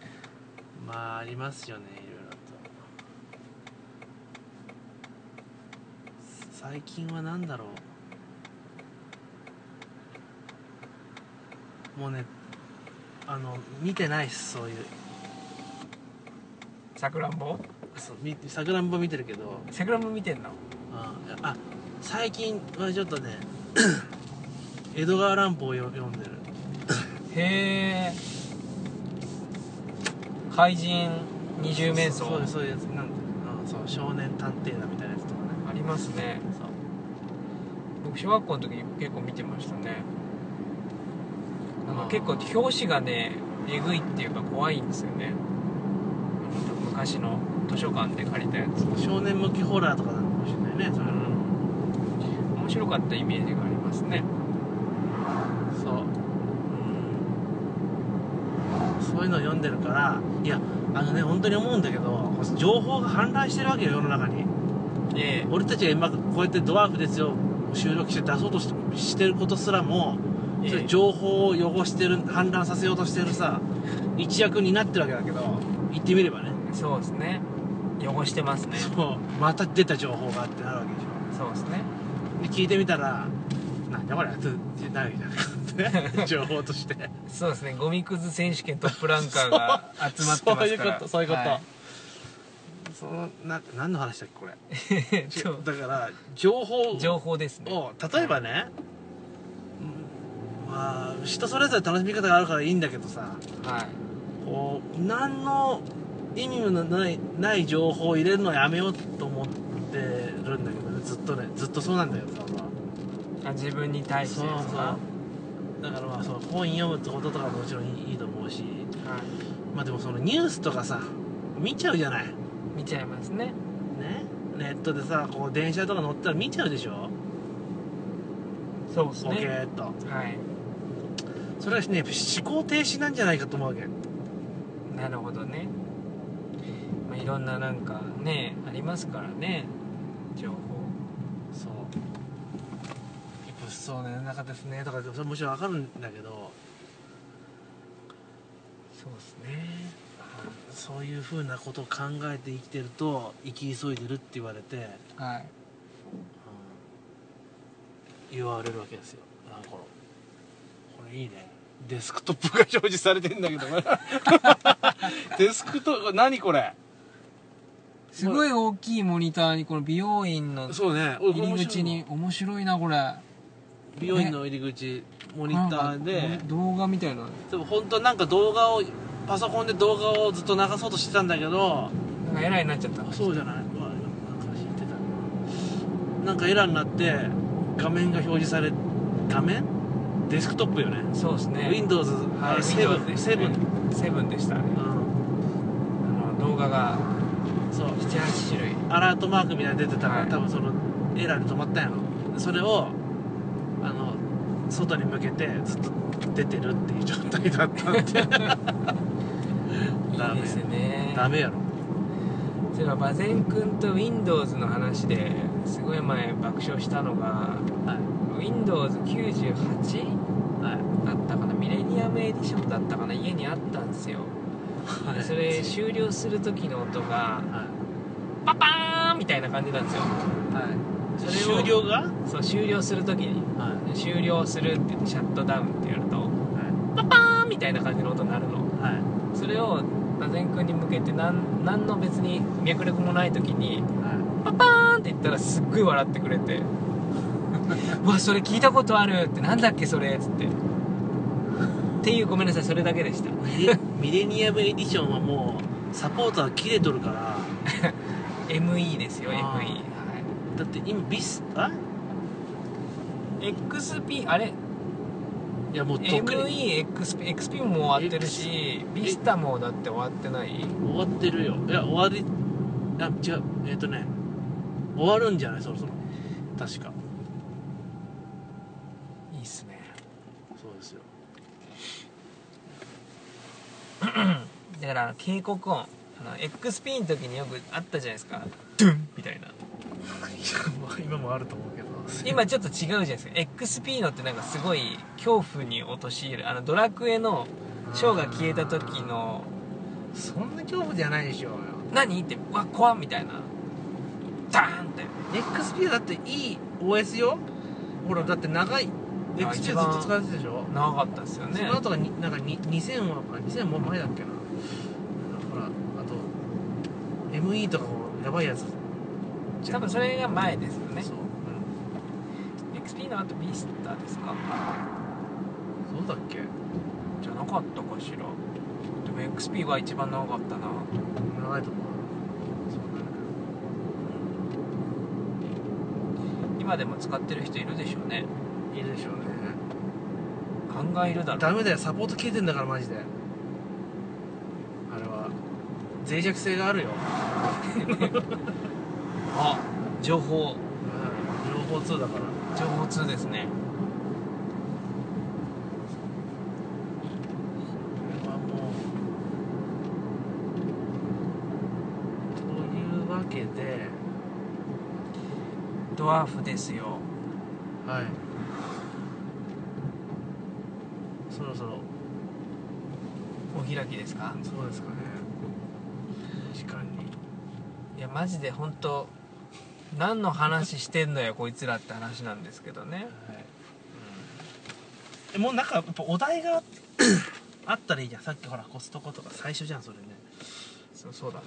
Speaker 2: まあありますよねいろいろと最近は何だろうもうねあの見てないっすそういう
Speaker 1: さくらんぼ
Speaker 2: そうみさくらんぼ見てるけど
Speaker 1: さくらんぼ見てんの
Speaker 2: ああ最近はちょっとね 江戸川乱歩をよ読んでる
Speaker 1: へえ怪人二重面相
Speaker 2: そうそうそういうやつなんだあそう少年探偵だみたいなやつとかね
Speaker 1: ありますね
Speaker 2: そう
Speaker 1: 僕小学校の時結構見てましたねなん
Speaker 2: あ
Speaker 1: か
Speaker 2: ー
Speaker 1: 結構表紙がねえぐいっていうか怖いんですよねあの昔の図書館で借りたやつ
Speaker 2: 少年向きホラーとかなのかもしれないねそれは
Speaker 1: うん面白かったイメージがありますね
Speaker 2: そう
Speaker 1: うん
Speaker 2: そういうのを読んでるからいやあのね本当に思うんだけど情報が氾濫してるわけよ世の中に
Speaker 1: ええ
Speaker 2: 俺たちが今こうやってドワーフですよ収録して出そうとしてしてることすらも
Speaker 1: ええ
Speaker 2: それ情報を汚してる氾濫させようとしてるさ一役になってるわけだけど言ってみればね
Speaker 1: そうですね汚してますね
Speaker 2: そうまた出た情報があってなるわけでしょ
Speaker 1: そうですね
Speaker 2: で聞いてみたらなんだこれってなるじゃない か情報として
Speaker 1: そうですねゴミくず選手権トップランカーが集まってますから
Speaker 2: そういうことそういうこと、
Speaker 1: は
Speaker 2: そのな何の話だっけこれ
Speaker 1: え っと
Speaker 2: だから情報を
Speaker 1: 情報ですね
Speaker 2: 例えばね、うんまあ人それぞれ楽しみ方があるからいいんだけどさ
Speaker 1: はい
Speaker 2: こう何の意味のないない情報を入れるのはやめようと思ってるんだけどねずっとねずっとそうなんだよさ俺は
Speaker 1: あ自分に対して
Speaker 2: そう
Speaker 1: です
Speaker 2: そう
Speaker 1: か
Speaker 2: だからまあそう本読むってこととかももちろんいいいいと思うし
Speaker 1: はい
Speaker 2: まあでもそのニュースとかさ見ちゃうじゃないね
Speaker 1: 見ちゃいますね
Speaker 2: ネットでさこう電車とか乗ったら見ちゃうでしょ
Speaker 1: そうです
Speaker 2: ボケ
Speaker 1: ね
Speaker 2: ーっと
Speaker 1: はい
Speaker 2: それはね思考停止なんじゃないかと思うわけ
Speaker 1: なるほどね、まあ、いろんななんかねありますからね情報
Speaker 2: そう物騒な世の中ですねとかそれもちろんわかるんだけど
Speaker 1: そうですね
Speaker 2: そういうふうなことを考えて生きてると生き急いでるって言われて、
Speaker 1: はい
Speaker 2: 言われるわけですよあこれこれいいねデスクトップが表示されてんだけど デスクトップ何これ
Speaker 1: すごい大きいモニターにこの美容院の
Speaker 2: そうね俺こ
Speaker 1: 入
Speaker 2: れ面白い
Speaker 1: り口に面白いなこれ
Speaker 2: 美容院の入り口モニター
Speaker 1: なん
Speaker 2: で
Speaker 1: か動画みたいな
Speaker 2: でも本当はなんか動画をパソコンで動画をずっと流そうとしてたんだけど
Speaker 1: なんか偉いになっちゃった
Speaker 2: あそうじゃないうわなんか知ってたなんかエラーになって画面が表示され画面デスクトップよね
Speaker 1: そうですね
Speaker 2: Windows
Speaker 1: はい
Speaker 2: 7
Speaker 1: Windows でしたね
Speaker 2: 7
Speaker 1: セブンでしたね
Speaker 2: うん
Speaker 1: あの動画が
Speaker 2: そう
Speaker 1: 78種類
Speaker 2: アラートマークみたいなの出てたから、
Speaker 1: はい
Speaker 2: 多分そのエラーで止まったんやろそれをあの外に向けてずっと出てるっていう状態だった んでダ
Speaker 1: いい
Speaker 2: メ
Speaker 1: ですね
Speaker 2: ダメやろ
Speaker 1: そういえばバゼン君と Windows の話ですごい前爆笑したのが
Speaker 2: はい
Speaker 1: Windows98
Speaker 2: はい
Speaker 1: だったかなミレニアムエディションだったかな家にあったんですよでそれ終了する時の音が
Speaker 2: は
Speaker 1: パパーンみたいな感じなんですよ
Speaker 2: い、はい、
Speaker 1: それを
Speaker 2: 終了が、はい
Speaker 1: そう終了する時に終了するって言ってシャットダウンってやると
Speaker 2: は
Speaker 1: パパーンみたいな感じの音になるの
Speaker 2: いはい
Speaker 1: それをバゼン君に向けて何何の別に脈絡もない時に
Speaker 2: はい
Speaker 1: パパーンって言ったらすっごい笑ってくれて 「うわそれ聞いたことある」って「なんだっけそれ」っつってっていうごめんなさいそれだけでした
Speaker 2: ミレミレニアムエディションはもうサポーターが切れとるから
Speaker 1: ME ですよ ME
Speaker 2: あー
Speaker 1: は
Speaker 2: だって今ビスあ
Speaker 1: い XP あれ
Speaker 2: いやもうとっくに
Speaker 1: MEXP も終わってるし
Speaker 2: X
Speaker 1: ビスタもだって終わってない
Speaker 2: 終わってるよいや終わりあ違うえっ、とね終わるんじゃないそろそろ確か
Speaker 1: いいっすね
Speaker 2: そうですよ
Speaker 1: だから警告音あの XP の時によくあったじゃないですかドゥンみたいない
Speaker 2: やまあ 今もあると思うけど
Speaker 1: 今ちょっと違うじゃないですか XP のってなんかすごい恐怖に陥るあのドラクエのショーが消えた時の
Speaker 2: そんな恐怖じゃないでしょうよ
Speaker 1: 「何?」って「うわ怖っ」みたいなダーンって
Speaker 2: XP はだっていい OS よほらだって長い XP はず
Speaker 1: 一
Speaker 2: っ
Speaker 1: 番
Speaker 2: と使われてたでしょ
Speaker 1: 長かったですよ
Speaker 2: そ
Speaker 1: ね
Speaker 2: の後がになんかに2000はあ2000も前だっけなほらあと ME とかもやばいやつじゃ
Speaker 1: 多
Speaker 2: ん
Speaker 1: 分それが前ですよね
Speaker 2: そう、
Speaker 1: XP の後ビスタですか
Speaker 2: うん、そうだっけ
Speaker 1: じゃなかったかしらでも XP が一番長かったな
Speaker 2: 長いと思うそうだね
Speaker 1: で今でも使ってる人いるでしょうね
Speaker 2: いるでしょうね
Speaker 1: ガンガンいるだろ
Speaker 2: ダメだよサポート消えてんだからマジであれは脆弱性があるよ、
Speaker 1: あ情報
Speaker 2: うん、情報通だから
Speaker 1: 情報通ですね
Speaker 2: これはもうというわけで
Speaker 1: ドワーフですよ
Speaker 2: はいそろそろ
Speaker 1: お開きですか
Speaker 2: そうですかね時間に
Speaker 1: いやマジで本当何の話してんのよこいつらって話なんですけどね
Speaker 2: えもうなんかやっぱお題があったらいいじゃんさっきほらコストコとか最初じゃんそれね
Speaker 1: そうそうだね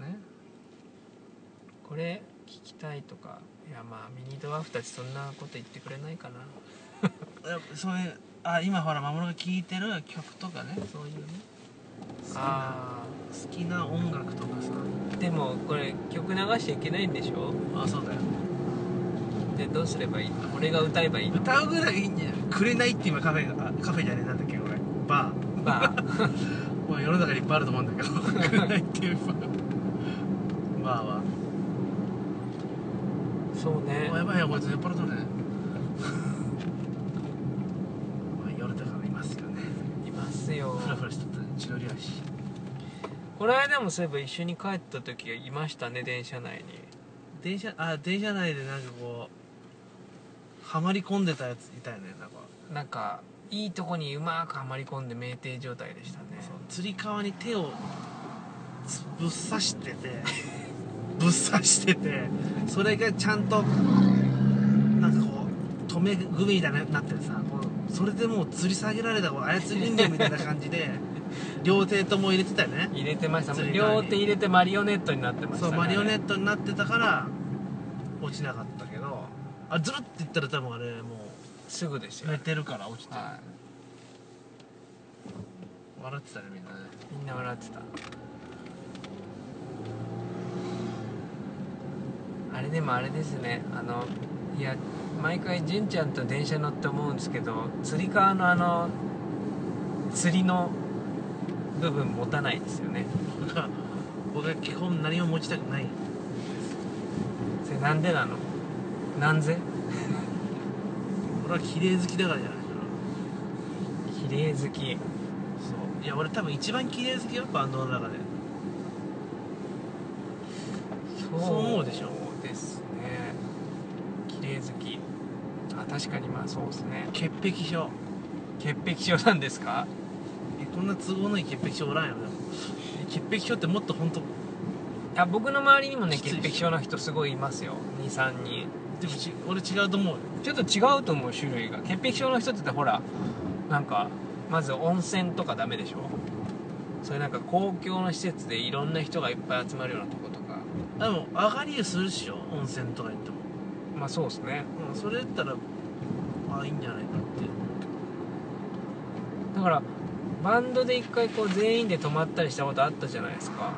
Speaker 2: ね
Speaker 1: これ聞きたいとかいやまあミニドワーフたちそんなこと言ってくれないかな
Speaker 2: やっぱそういうあ今ほら守が聴いてる曲とかねそういうね好きな
Speaker 1: あ
Speaker 2: 好きな音楽とかさ
Speaker 1: ーでもこれ曲流しちゃいけないんでしょ
Speaker 2: あそうだよ
Speaker 1: でどうすればいいの俺が歌えばいいの
Speaker 2: 歌うぐらいいいんじゃないくれないって今カフェがあカフェじゃねえなんだっけこれバー
Speaker 1: ま あ
Speaker 2: もう世の中にいっぱいあると思うんだけど くれないっていうバーバーは
Speaker 1: そうね
Speaker 2: おやばいやばい酔っ払っとる ねまあ夜だからいますよね
Speaker 1: いますよ
Speaker 2: フラフラしとったね千鳥足
Speaker 1: この間もそういえば一緒に帰った時いましたね電車内に
Speaker 2: 電車あ電車内でなんかこうはまり込んでたやついたよねなんか
Speaker 1: なんかいいとこにうまくはまり込んで酩酊状態でしたね
Speaker 2: そうつり革に手をつぶっ刺してて ぶっ刺しててそれがちゃんとなんかこう止め具みたいになってるさこうそれでもう吊り下げられたこう操り人形みたいな感じで両手とも入れてたよね
Speaker 1: 入れてました
Speaker 2: 普通に
Speaker 1: 両手入れてマリオネットになってました
Speaker 2: そう
Speaker 1: ね
Speaker 2: マリオネットになってたから落ちなかったけどあズルって言ったら多分あれも
Speaker 1: すぐです
Speaker 2: う
Speaker 1: よ、
Speaker 2: 寝てるから落ちてる
Speaker 1: は
Speaker 2: 笑ってたねみんなね
Speaker 1: い、みんな笑ってたあれでもあれですねあのいや毎回純ちゃんと電車乗って思うんですけどつり革のあの釣りの部分持たないですよね
Speaker 2: 僕は僕は基本何も持ちたくない
Speaker 1: それなんでなのなんぜ
Speaker 2: 俺は綺麗好きだからじゃないか
Speaker 1: 綺麗好き
Speaker 2: なそういや俺多分一番綺麗好きよバンドの中で
Speaker 1: そう
Speaker 2: そう思うでしょ
Speaker 1: ですね綺麗好きあ確かにまあそうですね
Speaker 2: 潔癖症
Speaker 1: 潔癖症なんですか
Speaker 2: えこんな都合のいい潔癖症おらんよね潔癖症ってもっと本当でも
Speaker 1: あ僕の周りにもね
Speaker 2: きつい
Speaker 1: 潔癖症の人すごいいますよ23人
Speaker 2: ち俺違うと思うよ
Speaker 1: ちょっと違うと思う種類が潔癖症の人ってほらなんかまず温泉とかダメでしょそれなんか公共の施設でいろんな人がいっぱい集まるようなとことか
Speaker 2: でも上がり湯するっしょ温泉とか行っても
Speaker 1: まあそうですね
Speaker 2: うんそれだったらまあいいんじゃないかって
Speaker 1: だからバンドで一回こう全員で泊まったりしたことあったじゃないですか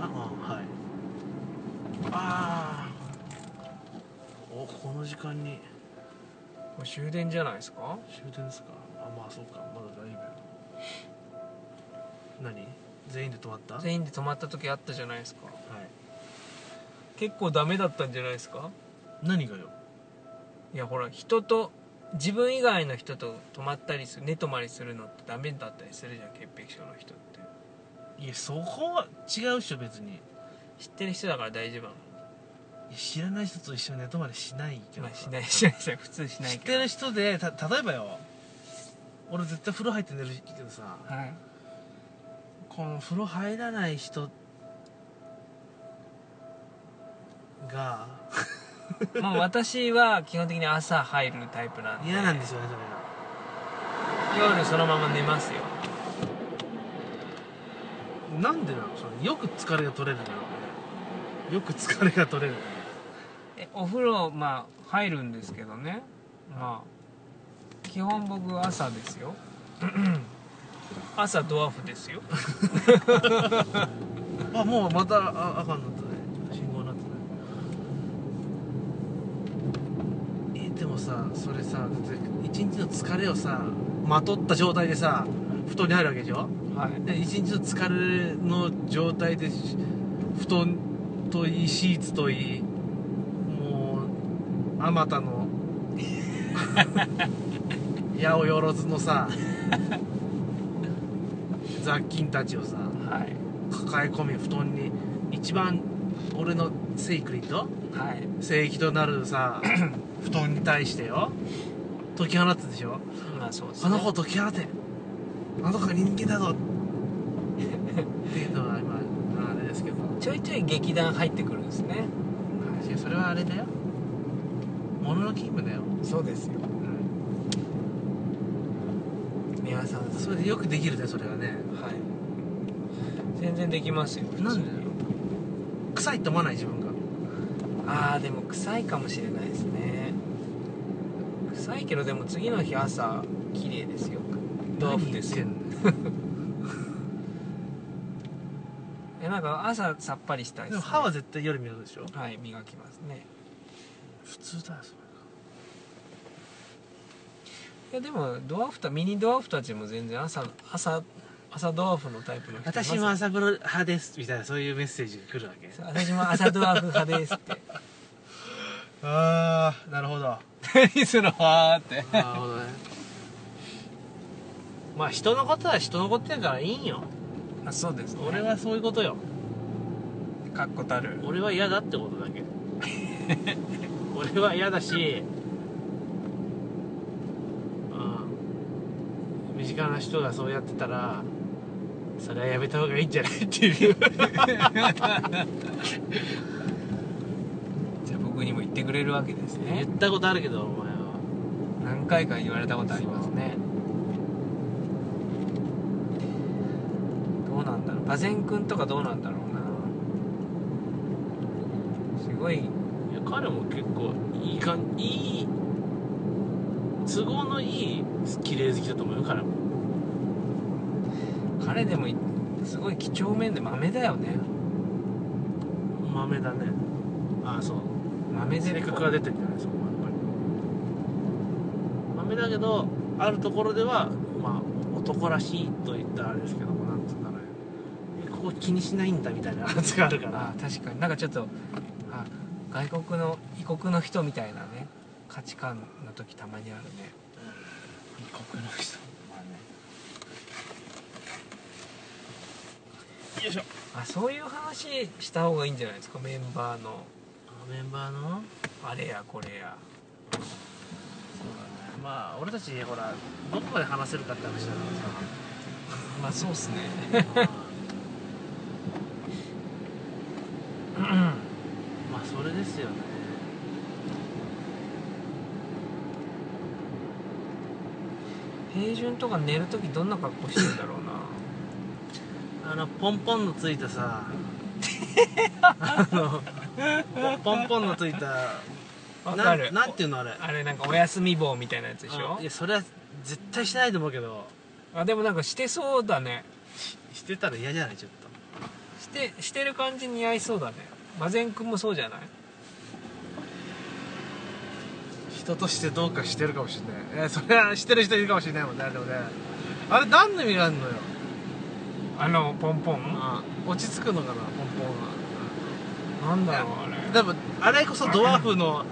Speaker 2: ああはいああおこの時間に
Speaker 1: これ終電じゃないですか
Speaker 2: 終電ですかあまあそうかまだだいぶ何全員で止まった
Speaker 1: 全員で泊まった時あったじゃないですか
Speaker 2: はい
Speaker 1: 結構ダメだったんじゃないですか
Speaker 2: 何がよ
Speaker 1: いやほら人と自分以外の人と泊まったりする寝泊まりするのってダメだったりするじゃん潔癖症の人って
Speaker 2: いやそこは違うっしょ別にい
Speaker 1: 知ってる人だから大丈夫なの
Speaker 2: や知らない人と一緒に寝泊まりしないけど
Speaker 1: まあしないしないしない普通しない
Speaker 2: 知っ
Speaker 1: け
Speaker 2: て
Speaker 1: ど
Speaker 2: る人でた例えばよ俺絶対風呂入って寝るけどさ
Speaker 1: はい
Speaker 2: この風呂入らない人が
Speaker 1: まあ私は基本的に朝入るタイプなんで
Speaker 2: 嫌なんですよねそれが
Speaker 1: 夜そのまま寝ますよ
Speaker 2: なんでなのそれよく疲れが取れるのよ俺よく疲れが取れる
Speaker 1: えお風呂まあ入るんですけどねまあ基本僕朝ですよ 朝ドワーフですよ
Speaker 2: あもうまたあ赤になったね信号になったねさそれさだって一日の疲れをさまとった状態でさ布団に入るわけでしょ
Speaker 1: はい
Speaker 2: で一日の疲れの状態でし布団といいシーツといいもうあまたの 八百万のさ雑菌たちをさ
Speaker 1: はい
Speaker 2: 抱え込み布団に一番俺のセイクリッド
Speaker 1: はい
Speaker 2: 聖域となるさ 布団に対してよ解き放つでしょ
Speaker 1: まあそうです
Speaker 2: あ
Speaker 1: ね
Speaker 2: の子を解き放てあの子が人間だぞっていうのが今あれですけど
Speaker 1: ちょいちょい劇団入ってくるんですね
Speaker 2: いやそれはあれだよものの勤務だよ、
Speaker 1: そうですよ
Speaker 2: うん、
Speaker 1: 三輪さん
Speaker 2: それでよくできるねそれはね
Speaker 1: はい全然できますよ
Speaker 2: なんでだろう臭いと思わない自分が
Speaker 1: ああでも臭いかもしれないですね臭いけどでも次の日朝綺麗ですよ豆腐ですよ
Speaker 2: 何言ってん
Speaker 1: えなんか朝さっぱりしたい
Speaker 2: の
Speaker 1: で、
Speaker 2: ですも
Speaker 1: ね、
Speaker 2: 歯は絶対夜見るでしょ
Speaker 1: はい磨きますね
Speaker 2: 普通だよそれ
Speaker 1: いやでもドワーフたミニドワーフたちも全然朝朝朝ドワーフのタイプの人います
Speaker 2: 私も朝風呂派ですみたいなそういうメッセージが来るわけ
Speaker 1: 私も朝ドワーフ派ですって
Speaker 2: ああなるほど
Speaker 1: 何するわーって
Speaker 2: なるほどね まあ人のことは人のことやからいいんよ
Speaker 1: あそうです、ね、
Speaker 2: 俺はそういうことよ
Speaker 1: かっこたる
Speaker 2: 俺は嫌だってこと だけ俺は嫌だしうん身近な人がそうやってたらそれはやめた方がいいんじゃないってい
Speaker 1: じゃ
Speaker 2: う
Speaker 1: あ僕にも言ってくれるわけです
Speaker 2: 言
Speaker 1: ね
Speaker 2: ったことあるけどお前は
Speaker 1: 何回か言われたことありますねどうなんだろう馬前君とかどうなんだろうなすごい
Speaker 2: いや彼も結構いい感じいい都合のいい綺麗好きだと思うよ彼も
Speaker 1: 彼でもいすごい几帳面で豆だよね
Speaker 2: 豆だねああそう
Speaker 1: 豆で
Speaker 2: 性格が出てるんじゃないそこはやっぱり豆だけどあるところではまあ男らしいと言ったらあれですけどもなんつうんだろうねここ気にしないんだみたいなやつがあるから
Speaker 1: あ確かになんかちょっとあ外国の異国の人みたいなね価値観の時たまにあるね
Speaker 2: 異国の人まあねよいしょ
Speaker 1: あそういう話した方がいいんじゃないですかメンバーの
Speaker 2: メンバーの
Speaker 1: あれやこれや
Speaker 2: そうだねまあ俺たちほらどこまで話せるかって話だか
Speaker 1: まあそうっすね
Speaker 2: らさまあそれですよね
Speaker 1: 平準とか寝る時どんな格好してるんだろうな
Speaker 2: あのポンポンのついた さあのポンポンのついた
Speaker 1: わ
Speaker 2: な
Speaker 1: かる
Speaker 2: なんていうのあれ
Speaker 1: あれなんかお休み棒みたいなやつでしょ
Speaker 2: いやそれは絶対しないと思うけど
Speaker 1: あでもなんかしてそうだね
Speaker 2: してたら嫌じゃないちょっと
Speaker 1: してしてる感じ似合いそうだねマゼン君もそうじゃない
Speaker 2: 人としてどうかしてるかもしれないえそれはしてる人いるかもしれないもんねでもねあれ何の意味があるのよ
Speaker 1: あのポンポン
Speaker 2: 落ち着くのかなポンポ
Speaker 1: なんだろうあ
Speaker 2: ンは
Speaker 1: れ
Speaker 2: でもあれこそドワーフの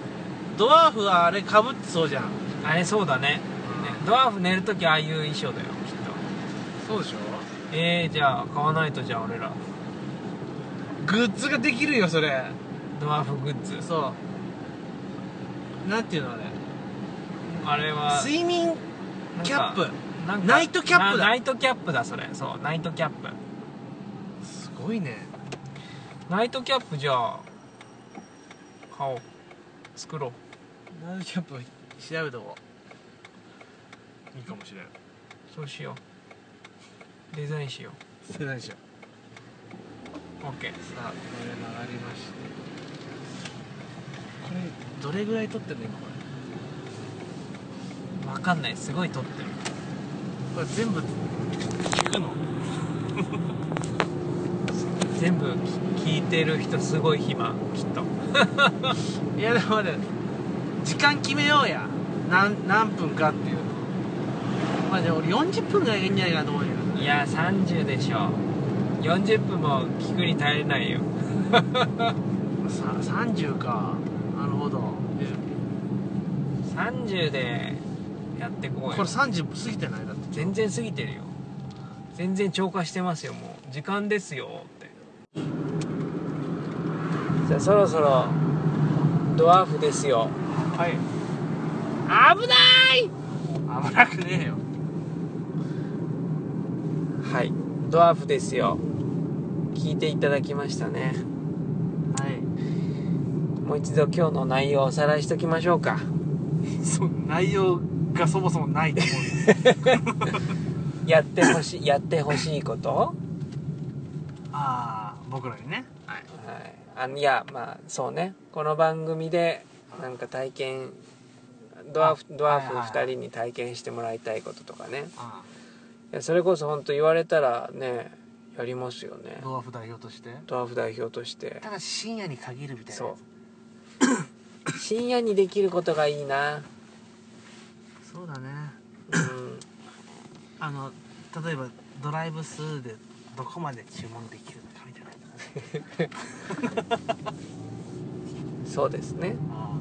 Speaker 2: ドワーフはあれかぶってそうじゃん
Speaker 1: あれそうだねねドワーフ寝る時ああいう衣装だよきっ
Speaker 2: そうでしょ
Speaker 1: とえー、じゃあ買わないとじゃあ俺ら
Speaker 2: グッズができるよそれ
Speaker 1: ドワーフグッズ
Speaker 2: そうなんていうのあれ
Speaker 1: あれは
Speaker 2: 睡眠
Speaker 1: なんか
Speaker 2: キャップ
Speaker 1: なんか
Speaker 2: ナイトキャップだ
Speaker 1: なナイトキャップだそれそうナイトキャップ
Speaker 2: すごいね
Speaker 1: ナイトキャップじゃあ買おう作ろう
Speaker 2: ナイトキャップ調べとこういいかもしれん
Speaker 1: そうしようデザインしよ
Speaker 2: 捨てないでしょ
Speaker 1: う OK
Speaker 2: さあこれ曲がりましてこれどれぐらい撮ってんの今これ
Speaker 1: わかんないすごい撮ってる
Speaker 2: これ全部聞くの
Speaker 1: 全部き聞いてる人すごい暇きっと
Speaker 2: いやでも待って時間決めようや何何分かっていうまあでも俺40分ぐらいがいいんじゃないかなと思うんだけど
Speaker 1: いや30でしょ40分も聞くに耐えないよ
Speaker 2: さ30かなるほど
Speaker 1: 30でやってこ
Speaker 2: こ
Speaker 1: う
Speaker 2: れ
Speaker 1: よ
Speaker 2: 30過ぎてないだって
Speaker 1: 全然過ぎてるよ全然超過してますよもう時間ですよってじゃあそろそろドワーフですよ
Speaker 2: はい
Speaker 1: 危ない
Speaker 2: 危なくねえよ
Speaker 1: はいドワーフですよ聞いていただきましたね
Speaker 2: は
Speaker 1: もう一度今日の内容をおさらいしときましょうか
Speaker 2: いそ内容がそもそもないと思うんです
Speaker 1: やってほしいやってほしいこと
Speaker 2: ああ僕らにねはい
Speaker 1: はい、あのいやまあそうねこの番組でなんか体験ドワーフドワーフ
Speaker 2: はいはいはい
Speaker 1: 2人に体験してもらいたいこととかね
Speaker 2: あ
Speaker 1: いやそれこそ本当言われたらねやりますよね
Speaker 2: あドワーフ代表として
Speaker 1: ドワーフ代表として
Speaker 2: ただし深夜に限るみたいな
Speaker 1: そう深夜にできることがいいな
Speaker 2: そうだね
Speaker 1: うん
Speaker 2: あの例えばドライブスルーでどこまで注文できるのかみたいな
Speaker 1: そうですね
Speaker 2: あ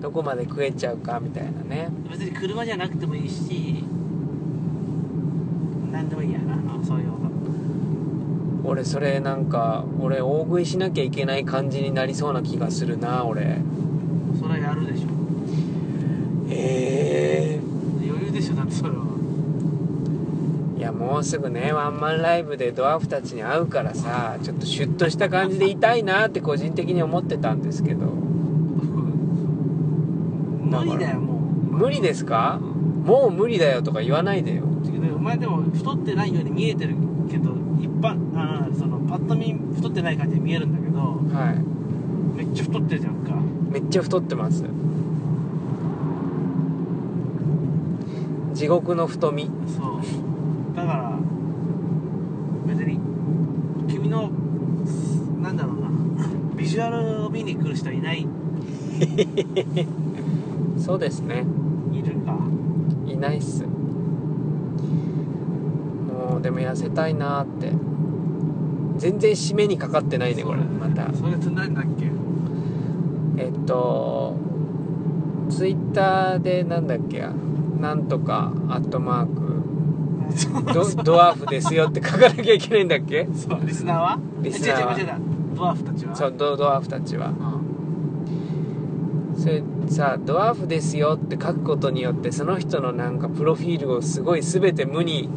Speaker 1: どこまで食えちゃうかみたいなね
Speaker 2: あ別に車じゃなくてもいいし何でもいいやなあのそういうこと
Speaker 1: 俺それなんか俺大食いしなきゃいけない感じになりそうな気がするな俺
Speaker 2: それはやるでしょ
Speaker 1: ええ
Speaker 2: 余裕でしょだってそれはい
Speaker 1: やもうすぐねワンマンライブでドワーフたちに会うからさちょっとシュッとした感じでいたいなって個人的に思ってたんですけど
Speaker 2: 無理だよもう
Speaker 1: 無理ですか
Speaker 2: うん
Speaker 1: もう無理だよとか言わないでよ
Speaker 2: だけどお前でも太ってないように見えてるけど一般あーそのパッと見太ってない感じに見えるんだけど
Speaker 1: はい
Speaker 2: めっちゃ太ってるじゃんか
Speaker 1: めっちゃ太ってます地獄の太み
Speaker 2: そうだから別に君のすなんだろうなビジュアルを見に来る人はいないい
Speaker 1: そうですね
Speaker 2: るか
Speaker 1: いないっすもうでも痩せたいなって全然締めにかかってないねこれまた
Speaker 2: それと何だっけ
Speaker 1: えっとツイッターでなんだっけなんとかアットマーク ドドワーフですよって書かなきゃいけないんだっけ
Speaker 2: そうリスナーは
Speaker 1: リスナーは
Speaker 2: え違う違う違うドワーフたちは
Speaker 1: そうドドワーフたちは
Speaker 2: うん
Speaker 1: それさドワーフですよって書くことによってその人のなんかプロフィールをすごい全て無 に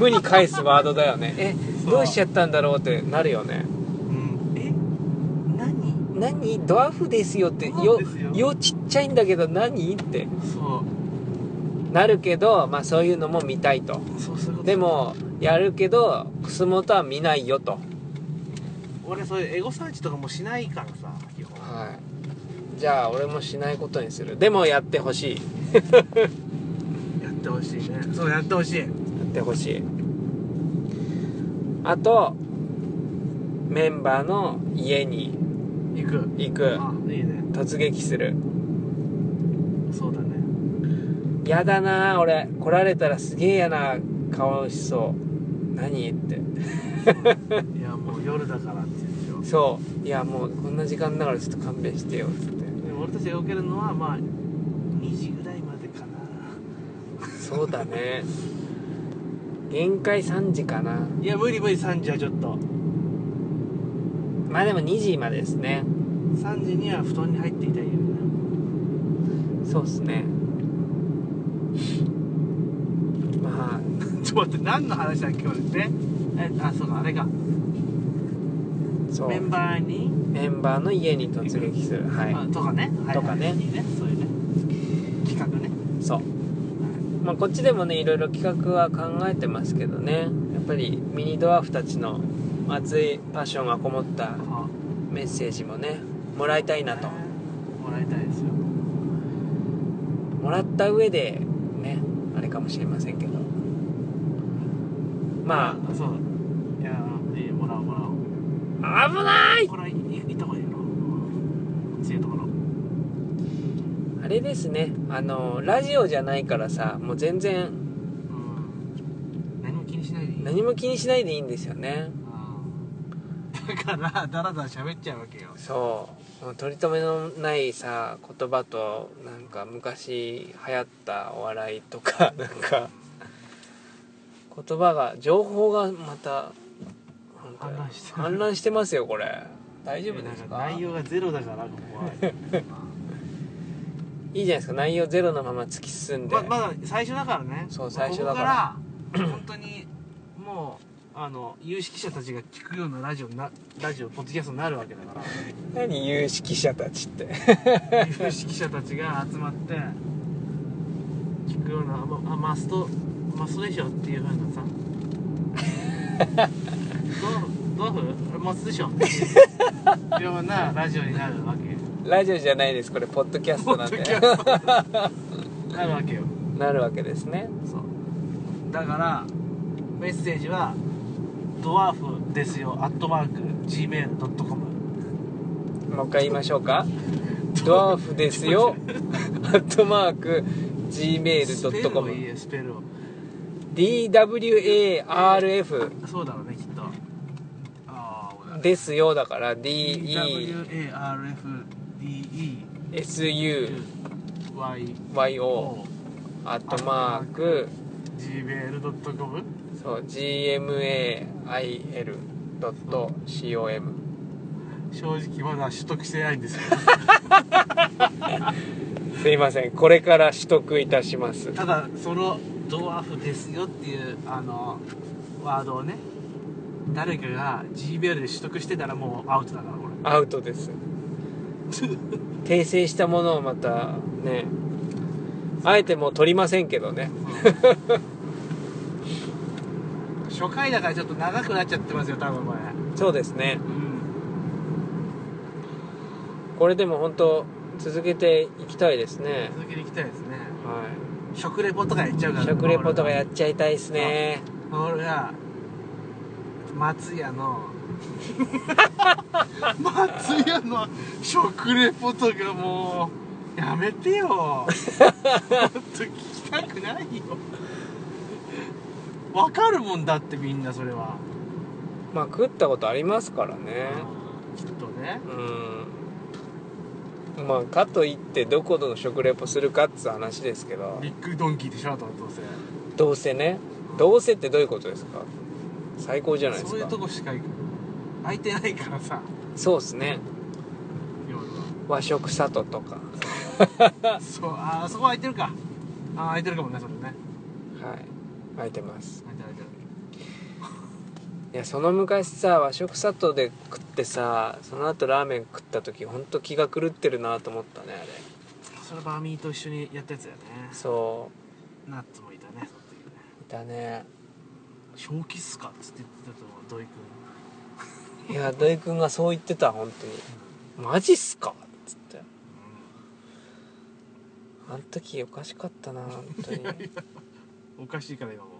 Speaker 1: 無に返すワードだよねえ
Speaker 2: そう
Speaker 1: どうしちゃったんだろうってなるよね
Speaker 2: うんえ何
Speaker 1: 何ドワーフですよって
Speaker 2: ドワー
Speaker 1: よ
Speaker 2: フですよ
Speaker 1: よちっちゃいんだけど何って
Speaker 2: そ
Speaker 1: なるけどまあそういうのも見たいと
Speaker 2: うそうそういうこと
Speaker 1: でもやるけど楠本は見ないよと
Speaker 2: 俺そういうエゴサーチとかもしないからさ基本
Speaker 1: はいじゃあ俺もしないことにするでもやってほしい
Speaker 2: やってほしいねそうやってほしい
Speaker 1: やってほしいあとメンバーの家に
Speaker 2: 行く
Speaker 1: 行く
Speaker 2: あいいね
Speaker 1: 突撃する
Speaker 2: そうだね
Speaker 1: やだな俺来られたらすげえ嫌な顔しそう何って
Speaker 2: いやもう夜だからって言うでし
Speaker 1: そ
Speaker 2: ょ
Speaker 1: ういやもうこんな時間だからちょっと勘弁してよっつって
Speaker 2: でも俺たちが受けるのはまあ2時ぐらいまでかな
Speaker 1: そうだね限界3時かない
Speaker 2: や無理無理3時はちょっと
Speaker 1: まあでも2時までですね
Speaker 2: 3時には布団に入っていたいよね
Speaker 1: そうっすねま
Speaker 2: ちょっと待って何の話だっけ俺ねえあそうかあれか
Speaker 1: あそう
Speaker 2: メンバーに、
Speaker 1: メンバーの家に突撃するは
Speaker 2: あ
Speaker 1: い
Speaker 2: とかね、はいはい
Speaker 1: とかね
Speaker 2: いいねそういうね企画ね
Speaker 1: そうまあこっちでもねいろいろ企画は考えてますけどねやっぱりミニドワーフたちの熱いパッションがこもった
Speaker 2: あ
Speaker 1: メッセージもねもらいたいなと
Speaker 2: もらいたいですよ
Speaker 1: もらった上でねあれかもしれませんけどま
Speaker 2: そういやいいもらおうもらおう
Speaker 1: あ危ない
Speaker 2: これはいいいった方がいいよな強いところ
Speaker 1: はあれですねあのラジオじゃないからさもう全然
Speaker 2: うん何も気にしないでいい
Speaker 1: 何も気にしないでいいんですよね
Speaker 2: うんだからダラダラ喋っちゃうわけよ
Speaker 1: そうもう取り留めのないさ言葉となんか昔流行ったお笑いとか なんか言葉が情報がまた本当に
Speaker 2: 氾濫してる
Speaker 1: 氾濫してますよこれ大丈夫ですか
Speaker 2: 内容がゼロだからこ こは
Speaker 1: いいじゃないですか内容ゼロのまま突き進んで、
Speaker 2: ままだ最初だからね
Speaker 1: そう最初だか
Speaker 2: ここから本当にもうあの有識者たちが聞くようなラジオになラジオポッドキャストになるわけだか
Speaker 1: 何有識者たちって
Speaker 2: ら有識者たちが集まって聞くようなまあマストマストでしょっていうふうな さどうどうふマストでし ょっていうようなラジオになるわけ
Speaker 1: ラジオじゃないですこれポッドキャストなんで
Speaker 2: ポッドキャストなるわけよ
Speaker 1: なるわけですね
Speaker 2: そうだからメッセージはドワーフですよアットマーク Gmail.com
Speaker 1: もう一回言いましょうかドワーフですよアットマーク
Speaker 2: スペルをいい
Speaker 1: gmail.com
Speaker 2: よスペルを
Speaker 1: DWARF
Speaker 2: そうだろうねきっとああ俺
Speaker 1: ですよだから DESUYO
Speaker 2: WARFDEYO
Speaker 1: アットマーク
Speaker 2: Gmail.com
Speaker 1: そう GMAIL.com
Speaker 2: 正直まだ取得してないんですよ
Speaker 1: すいませんこれから取得いたします
Speaker 2: ただそのドワーフですよっていうあのワードをね誰かが Gmail で取得してたらもうアウトだからこれ
Speaker 1: アウトです訂正したものをまたねあえてもう取りませんけどね
Speaker 2: 初回だからちょっと長くなっちゃってますよ多分これ
Speaker 1: そうですね
Speaker 2: うん
Speaker 1: これでも本当続けていきたいですね
Speaker 2: 続けていきたいですね
Speaker 1: は
Speaker 2: 食レポとかやっちゃうか
Speaker 1: い
Speaker 2: ら
Speaker 1: 食レポとかやっちゃいたいですね
Speaker 2: 俺が松屋の 松屋の食レポとかもうやめてよほんと聞きたくないよわかるもんだってみんなそれは、
Speaker 1: まあ食ったことありますからね
Speaker 2: きっとね
Speaker 1: うんまあかといってどこの食レポするかっつう話ですけど
Speaker 2: ビッグドンキーでしょあとはどうせ
Speaker 1: どうせねどうせってどういうことですか最高じゃないです
Speaker 2: そう
Speaker 1: か
Speaker 2: いうとこしか行く空いてないからさ
Speaker 1: そうですね
Speaker 2: 夜
Speaker 1: 和食里とか
Speaker 2: はそうあーそこ空いてるかあー空いてるかもねそれね
Speaker 1: はい空いてます
Speaker 2: 空いてる空いてる
Speaker 1: いやその昔さ和食砂糖で食ってさその後ラーメン食った時ほんと気が狂ってるなと思ったねあれ
Speaker 2: それバーミーと一緒にやったやつだよね
Speaker 1: そ
Speaker 2: ナッツもいたねその時ね
Speaker 1: ういたね
Speaker 2: 正気っすかっつって言ってたと思う土井君
Speaker 1: いや土井くんがそう言ってた本当にマジっすかっつってあの時おかしかったな本当に
Speaker 2: おかしいから今も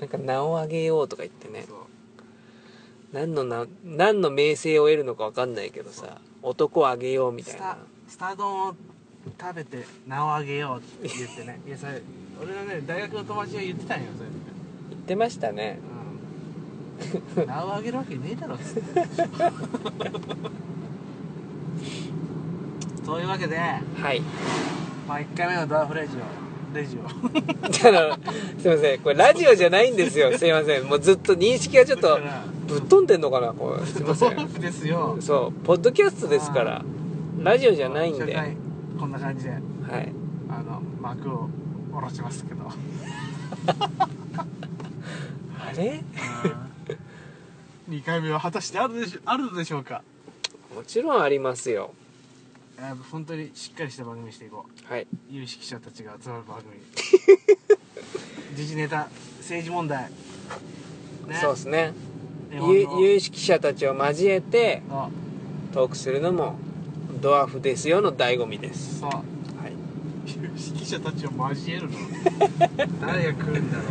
Speaker 1: なんか名をあげようとか言ってね
Speaker 2: そう
Speaker 1: 何のな何の名声を得るのか分かんないけどさ男をあげようみた
Speaker 2: ス
Speaker 1: い
Speaker 2: タ
Speaker 1: な
Speaker 2: スター丼を食べて名をあげようって言ってねいやそれ俺のね大学の友達が言ってたんよそれ
Speaker 1: 言ってましたね
Speaker 2: うん名をあげるわけねえだろっつってというわけで、
Speaker 1: はい
Speaker 2: まあ、1回目のドアフレジオレジオ
Speaker 1: あのすいませんこれラジオじゃないんですよすいませんもうずっと認識がちょっ とぶっ飛んでんのかなこれすいませ
Speaker 2: ドア
Speaker 1: ん
Speaker 2: フですよ
Speaker 1: そうポッドキャストですからラジオじゃないん
Speaker 2: 初
Speaker 1: で、は
Speaker 2: 回こんな感じで
Speaker 1: い、
Speaker 2: あの幕を下ろしま すけど
Speaker 1: あれ
Speaker 2: 2回目は果たしてあるでしょあるのでしょうか、
Speaker 1: もちろんありますよ
Speaker 2: えー、本当にしっかりした番組にしていこう
Speaker 1: はい
Speaker 2: 有識者たちが集まる番 組時事ネタ政治問題ね
Speaker 1: そうですね
Speaker 2: 日本の
Speaker 1: 有有識者たちを交えて
Speaker 2: そう
Speaker 1: トークするのもドワーフですよの醍醐味です、
Speaker 2: そう
Speaker 1: はい、
Speaker 2: 有識者たちを交え るの誰が来るんだろ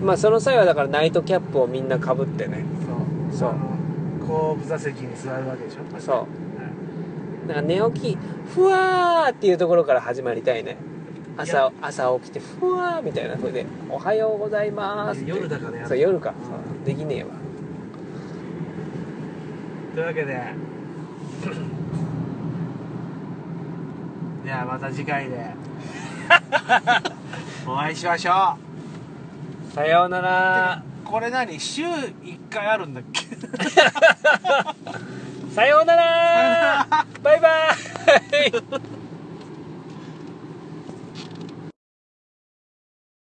Speaker 2: う
Speaker 1: まあその際はだからナイトキャップをみんなかぶってね
Speaker 2: そう
Speaker 1: そう
Speaker 2: あの後部座席に座るわけでしょ
Speaker 1: そう
Speaker 2: はい
Speaker 1: なんか寝起きふわーっていうところから始まりたいね朝朝起きてふわーみたいな風で「おはようございます」って
Speaker 2: 夜だからね
Speaker 1: そう夜か、
Speaker 2: う
Speaker 1: そうできねえわ
Speaker 2: というわけで ではまた次回で お会いしましょ
Speaker 1: さようなら
Speaker 2: うこれ何週1回あるんだっけ
Speaker 1: さようならバイバイ